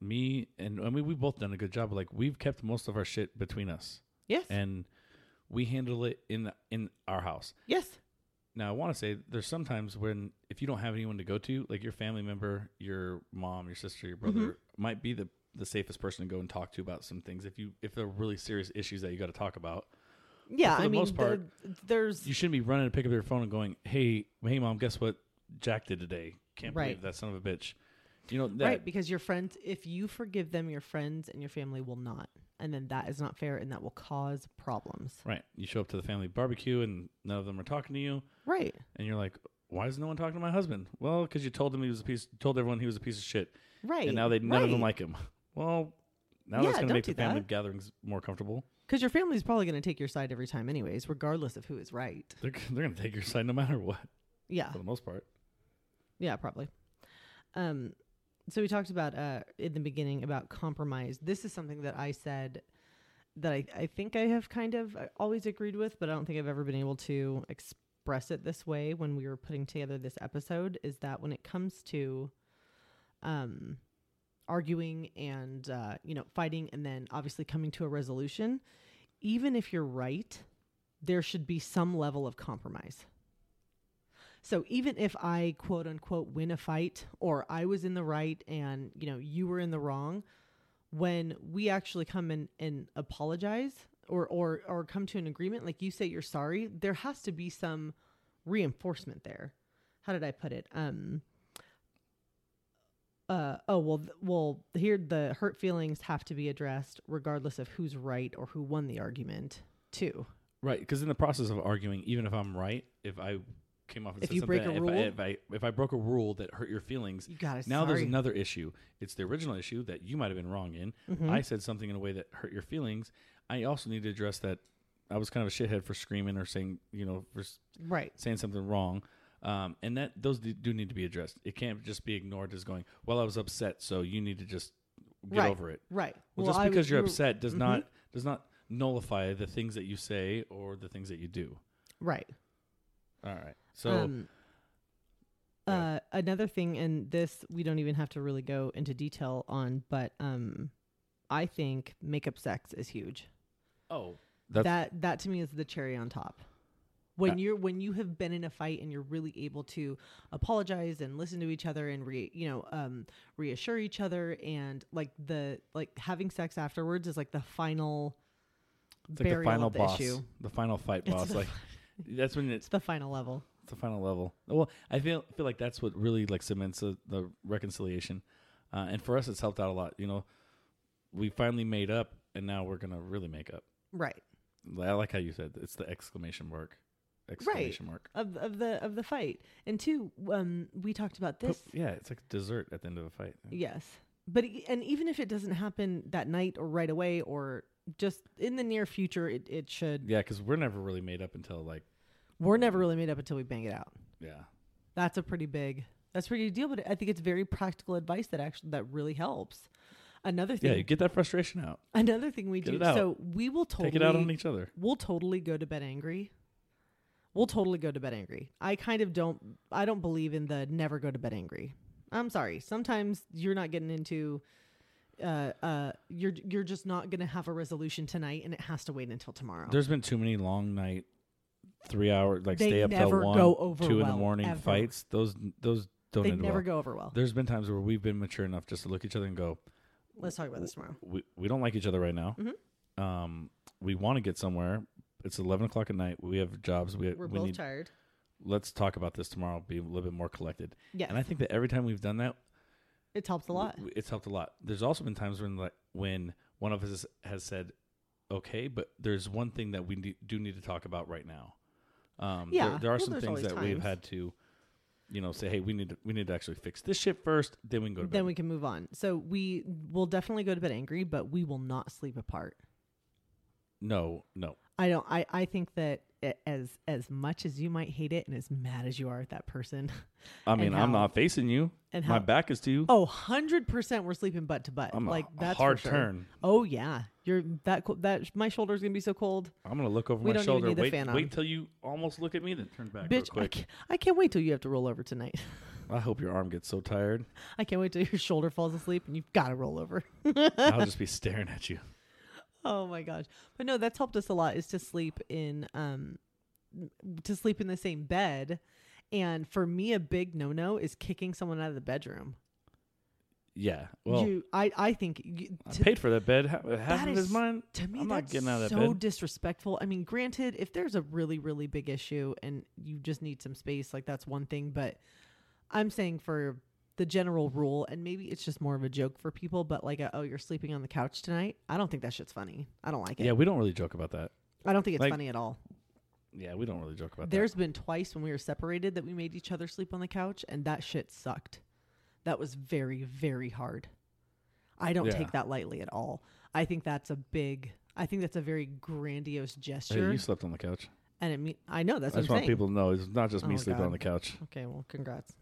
Speaker 2: me and I mean we've both done a good job. Like we've kept most of our shit between us.
Speaker 1: yes
Speaker 2: and we handle it in the, in our house.
Speaker 1: yes
Speaker 2: Now I want to say there's sometimes when if you don't have anyone to go to, like your family member, your mom, your sister, your brother
Speaker 1: Mm-hmm.
Speaker 2: might be the the safest person to go and talk to about some things if you if there are really serious issues that you got to talk about.
Speaker 1: yeah
Speaker 2: for
Speaker 1: i
Speaker 2: the
Speaker 1: mean
Speaker 2: most part,
Speaker 1: the- there's
Speaker 2: You shouldn't be running to pick up your phone and going, "Hey, hey mom, guess what? Jack did today. Can't
Speaker 1: Right.
Speaker 2: believe that son of a bitch. You know that
Speaker 1: right, because your friends, if you forgive them, your friends and your family will not. And then that is not fair and that will cause problems.
Speaker 2: right. You show up to the family barbecue and none of them are talking to you,
Speaker 1: Right.
Speaker 2: and you're like, "Why is no one talking to my husband?" Well, because you told him he was a piece. Told everyone he was a piece of shit,
Speaker 1: Right.
Speaker 2: and now they none of them
Speaker 1: right.
Speaker 2: like him. Well, now
Speaker 1: Yeah,
Speaker 2: that's going to
Speaker 1: don't
Speaker 2: make the
Speaker 1: do that.
Speaker 2: family gatherings more comfortable.
Speaker 1: Because your family's probably going to take your side every time, anyways, regardless of who is right.
Speaker 2: They're they're going to take your side no matter what,
Speaker 1: Yeah.
Speaker 2: for the most part.
Speaker 1: Yeah, probably. Um, so we talked about uh, in the beginning about compromise. This is something that I said that I, I think I have kind of uh, always agreed with, but I don't think I've ever been able to express it this way when we were putting together this episode. Is that when it comes to um, arguing and uh, you know fighting, and then obviously coming to a resolution, even if you're right, there should be some level of compromise. So even if I quote unquote win a fight or I was in the right and you know you were in the wrong, when we actually come in and apologize or or or come to an agreement, like you say you're sorry, there has to be some reinforcement there. How did I put it? Um uh, oh well th- well here the hurt feelings have to be addressed regardless of who's right or who won the argument too
Speaker 2: Right, because in the process of arguing, even if I'm right, if I came off and
Speaker 1: If
Speaker 2: said
Speaker 1: you
Speaker 2: something,
Speaker 1: break a
Speaker 2: if, I,
Speaker 1: rule-
Speaker 2: if I if I broke a rule that hurt your feelings,
Speaker 1: you gotta
Speaker 2: now
Speaker 1: sorry.
Speaker 2: there's another issue. It's the original issue that you might have been wrong in.
Speaker 1: Mhm.
Speaker 2: I said something in a way that hurt your feelings. I also need to address that I was kind of a shithead for screaming or saying you know for s-
Speaker 1: right
Speaker 2: saying something wrong, um, and that those do- do need to be addressed. It can't just be ignored as going, well, I was upset, so you need to just get
Speaker 1: Right.
Speaker 2: over it.
Speaker 1: right
Speaker 2: Well,
Speaker 1: I
Speaker 2: just because
Speaker 1: w-
Speaker 2: you're
Speaker 1: you were-
Speaker 2: upset does
Speaker 1: Mhm.
Speaker 2: not does not nullify the things that you say or the things that you do.
Speaker 1: right
Speaker 2: All right. So
Speaker 1: um,
Speaker 2: Go
Speaker 1: uh, another thing, and this we don't even have to really go into detail on, but um, I think makeup sex is huge.
Speaker 2: oh, that's
Speaker 1: that that to me is the cherry on top. When
Speaker 2: Uh,
Speaker 1: you're when you have been in a fight and you're really able to apologize and listen to each other and re you know um, reassure each other and like the like having sex afterwards is like the final
Speaker 2: it's like
Speaker 1: burial
Speaker 2: the final
Speaker 1: of the
Speaker 2: boss,
Speaker 1: issue.
Speaker 2: the final fight
Speaker 1: It's
Speaker 2: boss.
Speaker 1: the
Speaker 2: like that's when it's
Speaker 1: It's the final level.
Speaker 2: the final level. Well, I feel feel like that's what really like cements the, the reconciliation, uh, and for us, it's helped out a lot. You know, we finally made up, and now we're gonna really make up.
Speaker 1: Right.
Speaker 2: I like how you said it's the exclamation mark, exclamation mark.
Speaker 1: Of of the of the fight. And two, um we talked about
Speaker 2: Put-
Speaker 1: this
Speaker 2: yeah, it's like dessert at the end of a fight.
Speaker 1: Yes. But e- and even if it doesn't happen that night or right away or just in the near future, it, it should.
Speaker 2: Yeah, because we're never really made up until like
Speaker 1: We're never really made up until we bang it out.
Speaker 2: yeah.
Speaker 1: That's a pretty big. That's a pretty big deal. But I think it's very practical advice that actually that really helps. Another
Speaker 2: Yeah,
Speaker 1: thing.
Speaker 2: you get that frustration out.
Speaker 1: another thing we
Speaker 2: Get
Speaker 1: do.
Speaker 2: it out.
Speaker 1: So we will totally
Speaker 2: Take it out on each other.
Speaker 1: we'll totally go to bed angry. We'll totally go to bed angry. I kind of don't I don't believe in the never go to bed angry. I'm sorry. Sometimes you're not getting into uh uh you're you're just not going to have a resolution tonight and it has to wait until tomorrow.
Speaker 2: There's been too many long night, three hour like
Speaker 1: They
Speaker 2: stay up till
Speaker 1: never
Speaker 2: one,
Speaker 1: go over
Speaker 2: two in the
Speaker 1: well,
Speaker 2: morning
Speaker 1: ever.
Speaker 2: fights. Those those don't
Speaker 1: they
Speaker 2: end
Speaker 1: never
Speaker 2: well.
Speaker 1: go over well.
Speaker 2: There's been times where we've been mature enough just to look at each other and go,
Speaker 1: Let's talk about this tomorrow.
Speaker 2: we, we don't like each other right now.
Speaker 1: Mm-hmm.
Speaker 2: Um, we want to get somewhere. It's eleven o'clock at night. We have jobs. We
Speaker 1: We're
Speaker 2: we
Speaker 1: both
Speaker 2: need.
Speaker 1: tired.
Speaker 2: Let's talk about this tomorrow. Be a little bit more collected.
Speaker 1: Yes.
Speaker 2: And I think that every time we've done that,
Speaker 1: It helps a lot.
Speaker 2: w- It's helped a lot. There's also been times when like when one of us has said, "Okay, but there's one thing that we ne- do need to talk about right now." Um, there-
Speaker 1: Yeah.
Speaker 2: there, are
Speaker 1: Well,
Speaker 2: some
Speaker 1: there's
Speaker 2: things
Speaker 1: always
Speaker 2: that we've
Speaker 1: times.
Speaker 2: had to, you know, say, "Hey, we need to we need to actually fix this shit first, then we can go to bed."
Speaker 1: Then we can move on. So we will definitely go to bed angry, but we will not sleep apart.
Speaker 2: no, no,
Speaker 1: I don't. I I think that a- as as much as you might hate it and as mad as you are at that person,
Speaker 2: I mean, I'm
Speaker 1: how-
Speaker 2: not facing you.
Speaker 1: and
Speaker 2: My
Speaker 1: how-
Speaker 2: back is to you.
Speaker 1: oh, 100 percent we're sleeping butt to butt.
Speaker 2: I'm a
Speaker 1: like
Speaker 2: h-
Speaker 1: that's for
Speaker 2: hard
Speaker 1: sure.
Speaker 2: turn.
Speaker 1: Oh yeah, you're that co- that my shoulder's gonna be so cold,
Speaker 2: I'm gonna look over
Speaker 1: We
Speaker 2: my
Speaker 1: don't even
Speaker 2: shoulder.
Speaker 1: need the
Speaker 2: Wait,
Speaker 1: fan on.
Speaker 2: wait till you almost look at me, then turn back real
Speaker 1: bitch. I
Speaker 2: quick.
Speaker 1: can't, I can't wait till you have to roll over tonight.
Speaker 2: I hope your arm gets so tired.
Speaker 1: I can't wait till your shoulder falls asleep and you've got to roll over.
Speaker 2: I'll just be staring at you.
Speaker 1: Oh my gosh. But no, that's helped us a lot is to sleep in um to sleep in the same bed. And for me a big no-no is kicking someone out of the bedroom.
Speaker 2: Yeah. Well,
Speaker 1: you I I think you,
Speaker 2: I
Speaker 1: to,
Speaker 2: paid for that bed. Ha- uh, Half
Speaker 1: That
Speaker 2: of it is
Speaker 1: is-
Speaker 2: mine.
Speaker 1: to me
Speaker 2: I'm not
Speaker 1: that's
Speaker 2: getting out of that
Speaker 1: so
Speaker 2: bed.
Speaker 1: disrespectful. I mean, granted, if there's a really really big issue and you just need some space, like that's one thing, but I'm saying for the general rule, and maybe it's just more of a joke for people, but like, a, oh, you're sleeping on the couch tonight. I don't think that shit's funny. I don't like it.
Speaker 2: Yeah, we don't really joke about that.
Speaker 1: I don't think it's
Speaker 2: like,
Speaker 1: funny at all.
Speaker 2: Yeah, we don't really joke about
Speaker 1: There's been twice when we were separated that we made each other sleep on the couch, and that shit sucked. That was very, very hard. I don't
Speaker 2: Yeah.
Speaker 1: take that lightly at all. I think that's a big. I think that's a very grandiose
Speaker 2: that. Hey,
Speaker 1: gesture,
Speaker 2: you slept on the couch.
Speaker 1: and it mean I know that's what
Speaker 2: I
Speaker 1: I'm
Speaker 2: just want
Speaker 1: saying.
Speaker 2: people to know it's not just me
Speaker 1: Oh,
Speaker 2: sleeping
Speaker 1: God.
Speaker 2: on the couch.
Speaker 1: Okay, well, congrats.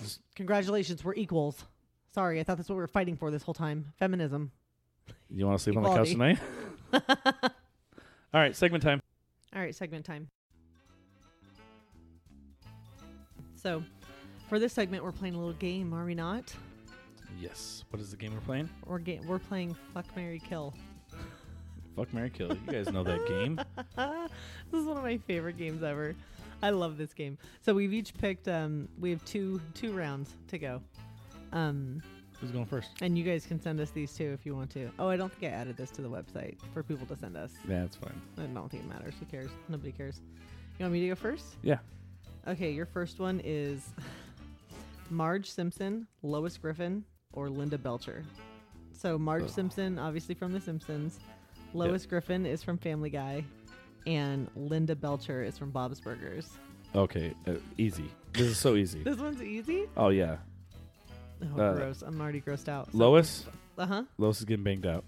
Speaker 2: Just-
Speaker 1: Congratulations, we're equals. Sorry, I thought that's what we were fighting for this whole time. Feminism.
Speaker 2: You want to sleep on the couch
Speaker 1: Equality.
Speaker 2: tonight? All right, segment time.
Speaker 1: All right, segment time. So, for this segment, we're playing a little game, are we not?
Speaker 2: Yes. What is the game we're playing?
Speaker 1: We're ga- we're playing Fuck Mary Kill.
Speaker 2: Fuck Mary Kill. You guys know that game.
Speaker 1: this is one of my favorite games ever. I love this game. So we've each picked. Um, we have two two rounds to go. Um,
Speaker 2: Who's going first?
Speaker 1: and you guys can send us these too if you want to. Oh, I don't think I added this to the website for people to send us.
Speaker 2: Yeah, it's fine.
Speaker 1: I don't think it matters. Who cares? Nobody cares. You want me to go first?
Speaker 2: Yeah.
Speaker 1: Okay, your first one is Marge Simpson, Lois Griffin, or Linda Belcher. So Marge
Speaker 2: Ugh.
Speaker 1: Simpson, obviously from The Simpsons. Lois Griffin is from Family Guy, and Linda Belcher is from Bob's Burgers.
Speaker 2: Okay, uh, easy. This is so easy.
Speaker 1: This one's easy.
Speaker 2: Oh yeah,
Speaker 1: Oh,
Speaker 2: Uh,
Speaker 1: gross! I'm already grossed out.
Speaker 2: Lois.
Speaker 1: Uh huh.
Speaker 2: Lois is getting banged out.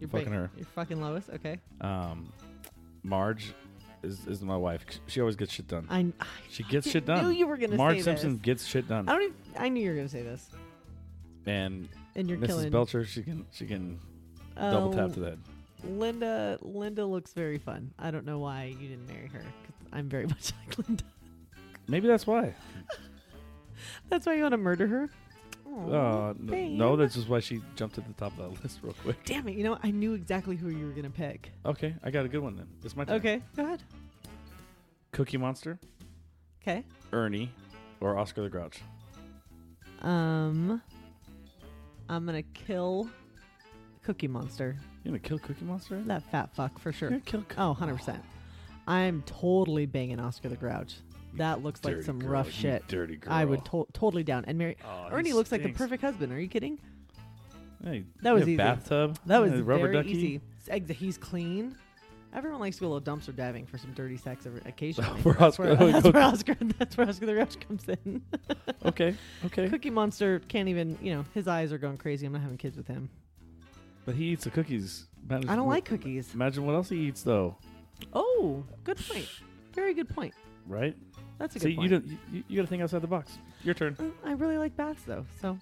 Speaker 1: You're
Speaker 2: fucking
Speaker 1: big-
Speaker 2: her.
Speaker 1: You're fucking Lois. Okay.
Speaker 2: Um, Marge is, is my wife. She always gets shit done.
Speaker 1: I. kn- I
Speaker 2: She gets
Speaker 1: fucking
Speaker 2: shit
Speaker 1: Knew
Speaker 2: done.
Speaker 1: you were gonna
Speaker 2: Marge
Speaker 1: say
Speaker 2: Simpson
Speaker 1: this.
Speaker 2: gets shit done,
Speaker 1: I don't. Even, I knew you were gonna say this,
Speaker 2: and
Speaker 1: and you're
Speaker 2: Mrs.
Speaker 1: killing.
Speaker 2: Belcher she can she can double
Speaker 1: Oh,
Speaker 2: tap to that.
Speaker 1: Linda Linda looks very fun. I don't know why you didn't marry her cuz I'm very much like Linda.
Speaker 2: Maybe that's why.
Speaker 1: That's why you want to murder her? Aw,
Speaker 2: Uh, n- no,
Speaker 1: babe.
Speaker 2: that's just why she jumped to the top of that list real quick.
Speaker 1: Damn it, you know, I knew exactly who you were going to pick.
Speaker 2: Okay, I got a good one then. It's my turn.
Speaker 1: Okay, go ahead.
Speaker 2: Cookie Monster,
Speaker 1: Okay.
Speaker 2: Ernie, or Oscar the Grouch.
Speaker 1: Um I'm going to kill Cookie Monster.
Speaker 2: You gonna kill Cookie Monster?
Speaker 1: That fat fuck for
Speaker 2: You're
Speaker 1: sure.
Speaker 2: gonna kill. Cookie
Speaker 1: Oh, 100%. I'm totally banging Oscar the Grouch. That looks like
Speaker 2: Dirty
Speaker 1: some
Speaker 2: girl,
Speaker 1: rough
Speaker 2: you
Speaker 1: shit.
Speaker 2: Dirty girl.
Speaker 1: I would to- totally down and marry
Speaker 2: Oh, he
Speaker 1: Ernie looks like the
Speaker 2: stinks.
Speaker 1: perfect husband. Are you kidding?
Speaker 2: Hey,
Speaker 1: That
Speaker 2: you
Speaker 1: was
Speaker 2: have
Speaker 1: easy.
Speaker 2: Bathtub.
Speaker 1: That was
Speaker 2: Yeah, rubber
Speaker 1: very
Speaker 2: ducky.
Speaker 1: easy. Ex- He's clean. Everyone likes to go a little dumpster diving for some dirty sex every- occasionally.
Speaker 2: For
Speaker 1: that's,
Speaker 2: Oscar-
Speaker 1: where, that's where Oscar. That's where Oscar the Grouch comes in.
Speaker 2: Okay, okay.
Speaker 1: Cookie Monster can't even. You know, his eyes are going crazy. I'm not having kids with him.
Speaker 2: But he eats the cookies. Imagine
Speaker 1: I don't
Speaker 2: what-
Speaker 1: like cookies.
Speaker 2: Imagine what else he eats though,
Speaker 1: Oh, good point. Very good point.
Speaker 2: right?
Speaker 1: That's a good
Speaker 2: See, you
Speaker 1: point.
Speaker 2: don't. You, you got to think outside the box. Your turn.
Speaker 1: Mm, I really like baths though. So,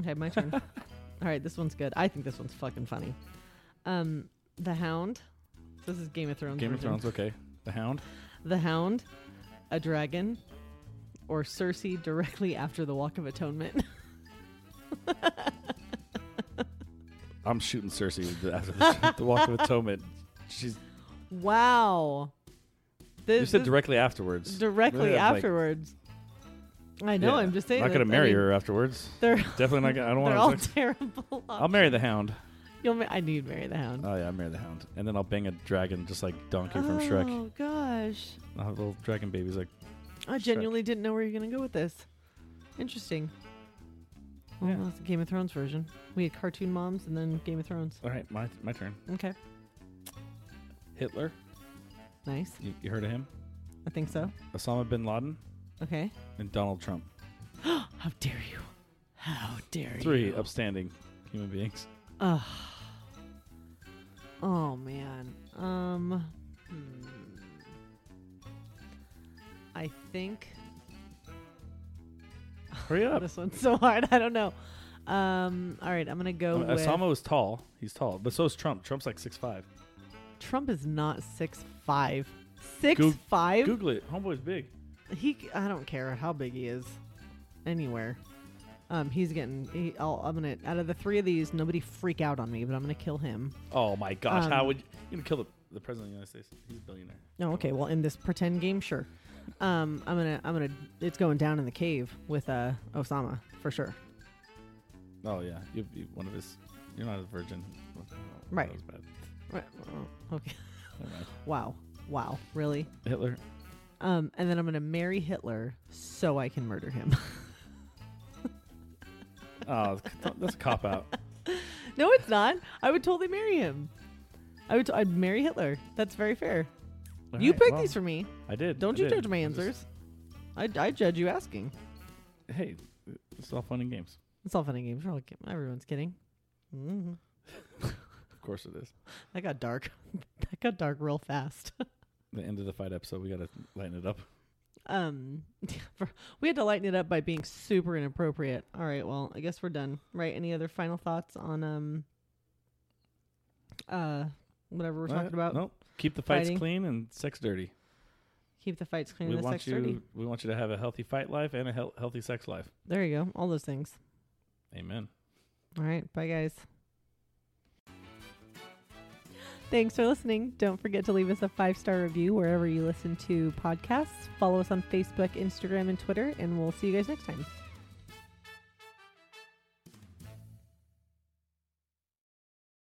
Speaker 1: okay, my turn. All right, this one's good. I think this one's fucking funny. Um, the Hound. So this is Game of Thrones.
Speaker 2: Game of
Speaker 1: version.
Speaker 2: Thrones. Okay. The Hound.
Speaker 1: the hound, a dragon, or Cersei directly after the Walk of Atonement.
Speaker 2: I'm shooting Cersei with the, after the, the Walk of Atonement. She's.
Speaker 1: wow. This
Speaker 2: You said
Speaker 1: is
Speaker 2: directly afterwards.
Speaker 1: directly
Speaker 2: Yeah, like-
Speaker 1: afterwards. I know,
Speaker 2: Yeah.
Speaker 1: I'm just saying.
Speaker 2: Not gonna
Speaker 1: that's- I
Speaker 2: marry
Speaker 1: mean,
Speaker 2: her afterwards.
Speaker 1: They're,
Speaker 2: Definitely not gonna. I don't
Speaker 1: they're
Speaker 2: want
Speaker 1: all
Speaker 2: to.
Speaker 1: terrible.
Speaker 2: I'll marry the Hound.
Speaker 1: You'll ma- I need marry the hound.
Speaker 2: Oh yeah, I'll marry the Hound, and then I'll bang a dragon just like Donkey from Shrek.
Speaker 1: Oh, gosh.
Speaker 2: I'll have little dragon babies like.
Speaker 1: I
Speaker 2: Shrek.
Speaker 1: genuinely didn't know where you're going to go with this. Interesting. Well,
Speaker 2: Yeah.
Speaker 1: that's the Game of Thrones version. We had cartoon moms and then Game of Thrones.
Speaker 2: All right, my my turn.
Speaker 1: Okay.
Speaker 2: Hitler.
Speaker 1: Nice.
Speaker 2: You, you heard of him?
Speaker 1: I think so.
Speaker 2: Osama bin Laden
Speaker 1: Okay.
Speaker 2: and Donald Trump.
Speaker 1: How dare you? How dare
Speaker 2: Three
Speaker 1: you?
Speaker 2: upstanding human beings.
Speaker 1: Ugh. Oh man. Um. hmm. I think
Speaker 2: Hurry up.
Speaker 1: this one's so hard. I don't know. Um. All right. I'm gonna go
Speaker 2: Uh,
Speaker 1: with
Speaker 2: Osama was tall. He's tall, but so is Trump. Trump's like six five.
Speaker 1: Trump is not six five. Six
Speaker 2: Goog-
Speaker 1: five.
Speaker 2: Google it. Homeboy's big.
Speaker 1: He. c- I don't care how big he is. Anywhere. Um. He's getting. He, I'll, I'm gonna. Out of the three of these, nobody freak out on me, but I'm gonna kill him.
Speaker 2: Oh my gosh! how
Speaker 1: Um,
Speaker 2: would you, you're gonna kill the, the president of the United States? He's a billionaire.
Speaker 1: No, Oh, okay. Well, in this pretend game, sure. Um, I'm gonna, I'm gonna. It's going down in the cave with uh Osama for sure.
Speaker 2: Oh yeah, you you one of his. You're not a virgin. Oh,
Speaker 1: Right.
Speaker 2: That was bad.
Speaker 1: Right. oh, Okay.
Speaker 2: Never mind.
Speaker 1: Wow. Wow. Really?
Speaker 2: Hitler.
Speaker 1: Um, and then I'm going to marry Hitler so I can murder him.
Speaker 2: Oh, that's a cop out.
Speaker 1: no, it's not. I would totally marry him. I would. T- I'd marry Hitler. That's very fair.
Speaker 2: All
Speaker 1: you
Speaker 2: right,
Speaker 1: picked
Speaker 2: well,
Speaker 1: these for me.
Speaker 2: I did.
Speaker 1: Don't
Speaker 2: I
Speaker 1: you
Speaker 2: did.
Speaker 1: judge my
Speaker 2: I'm just-
Speaker 1: answers. I, I judge you asking.
Speaker 2: hey, it's all fun and games.
Speaker 1: It's all fun and games. We're all kid- Everyone's kidding. hmm
Speaker 2: Of course it is.
Speaker 1: That got dark. that got dark real fast.
Speaker 2: The end of the fight episode, we got to lighten it up.
Speaker 1: um, for- we had to lighten it up by being super inappropriate. All right. Well, I guess we're done. Right. Any other final thoughts on um, uh, whatever we're
Speaker 2: Uh,
Speaker 1: talking about?
Speaker 2: Nope. Keep the fights
Speaker 1: fighting.
Speaker 2: clean and sex dirty.
Speaker 1: Keep the fights clean.
Speaker 2: we
Speaker 1: and the
Speaker 2: want
Speaker 1: sex
Speaker 2: you.
Speaker 1: dirty.
Speaker 2: We want you to have a healthy fight life and a hel- healthy sex life.
Speaker 1: There you go. All those things.
Speaker 2: Amen.
Speaker 1: All right. Bye, guys. Thanks for listening. Don't forget to leave us a five star review wherever you listen to podcasts. Follow us on Facebook, Instagram, and Twitter, and we'll see you guys next time.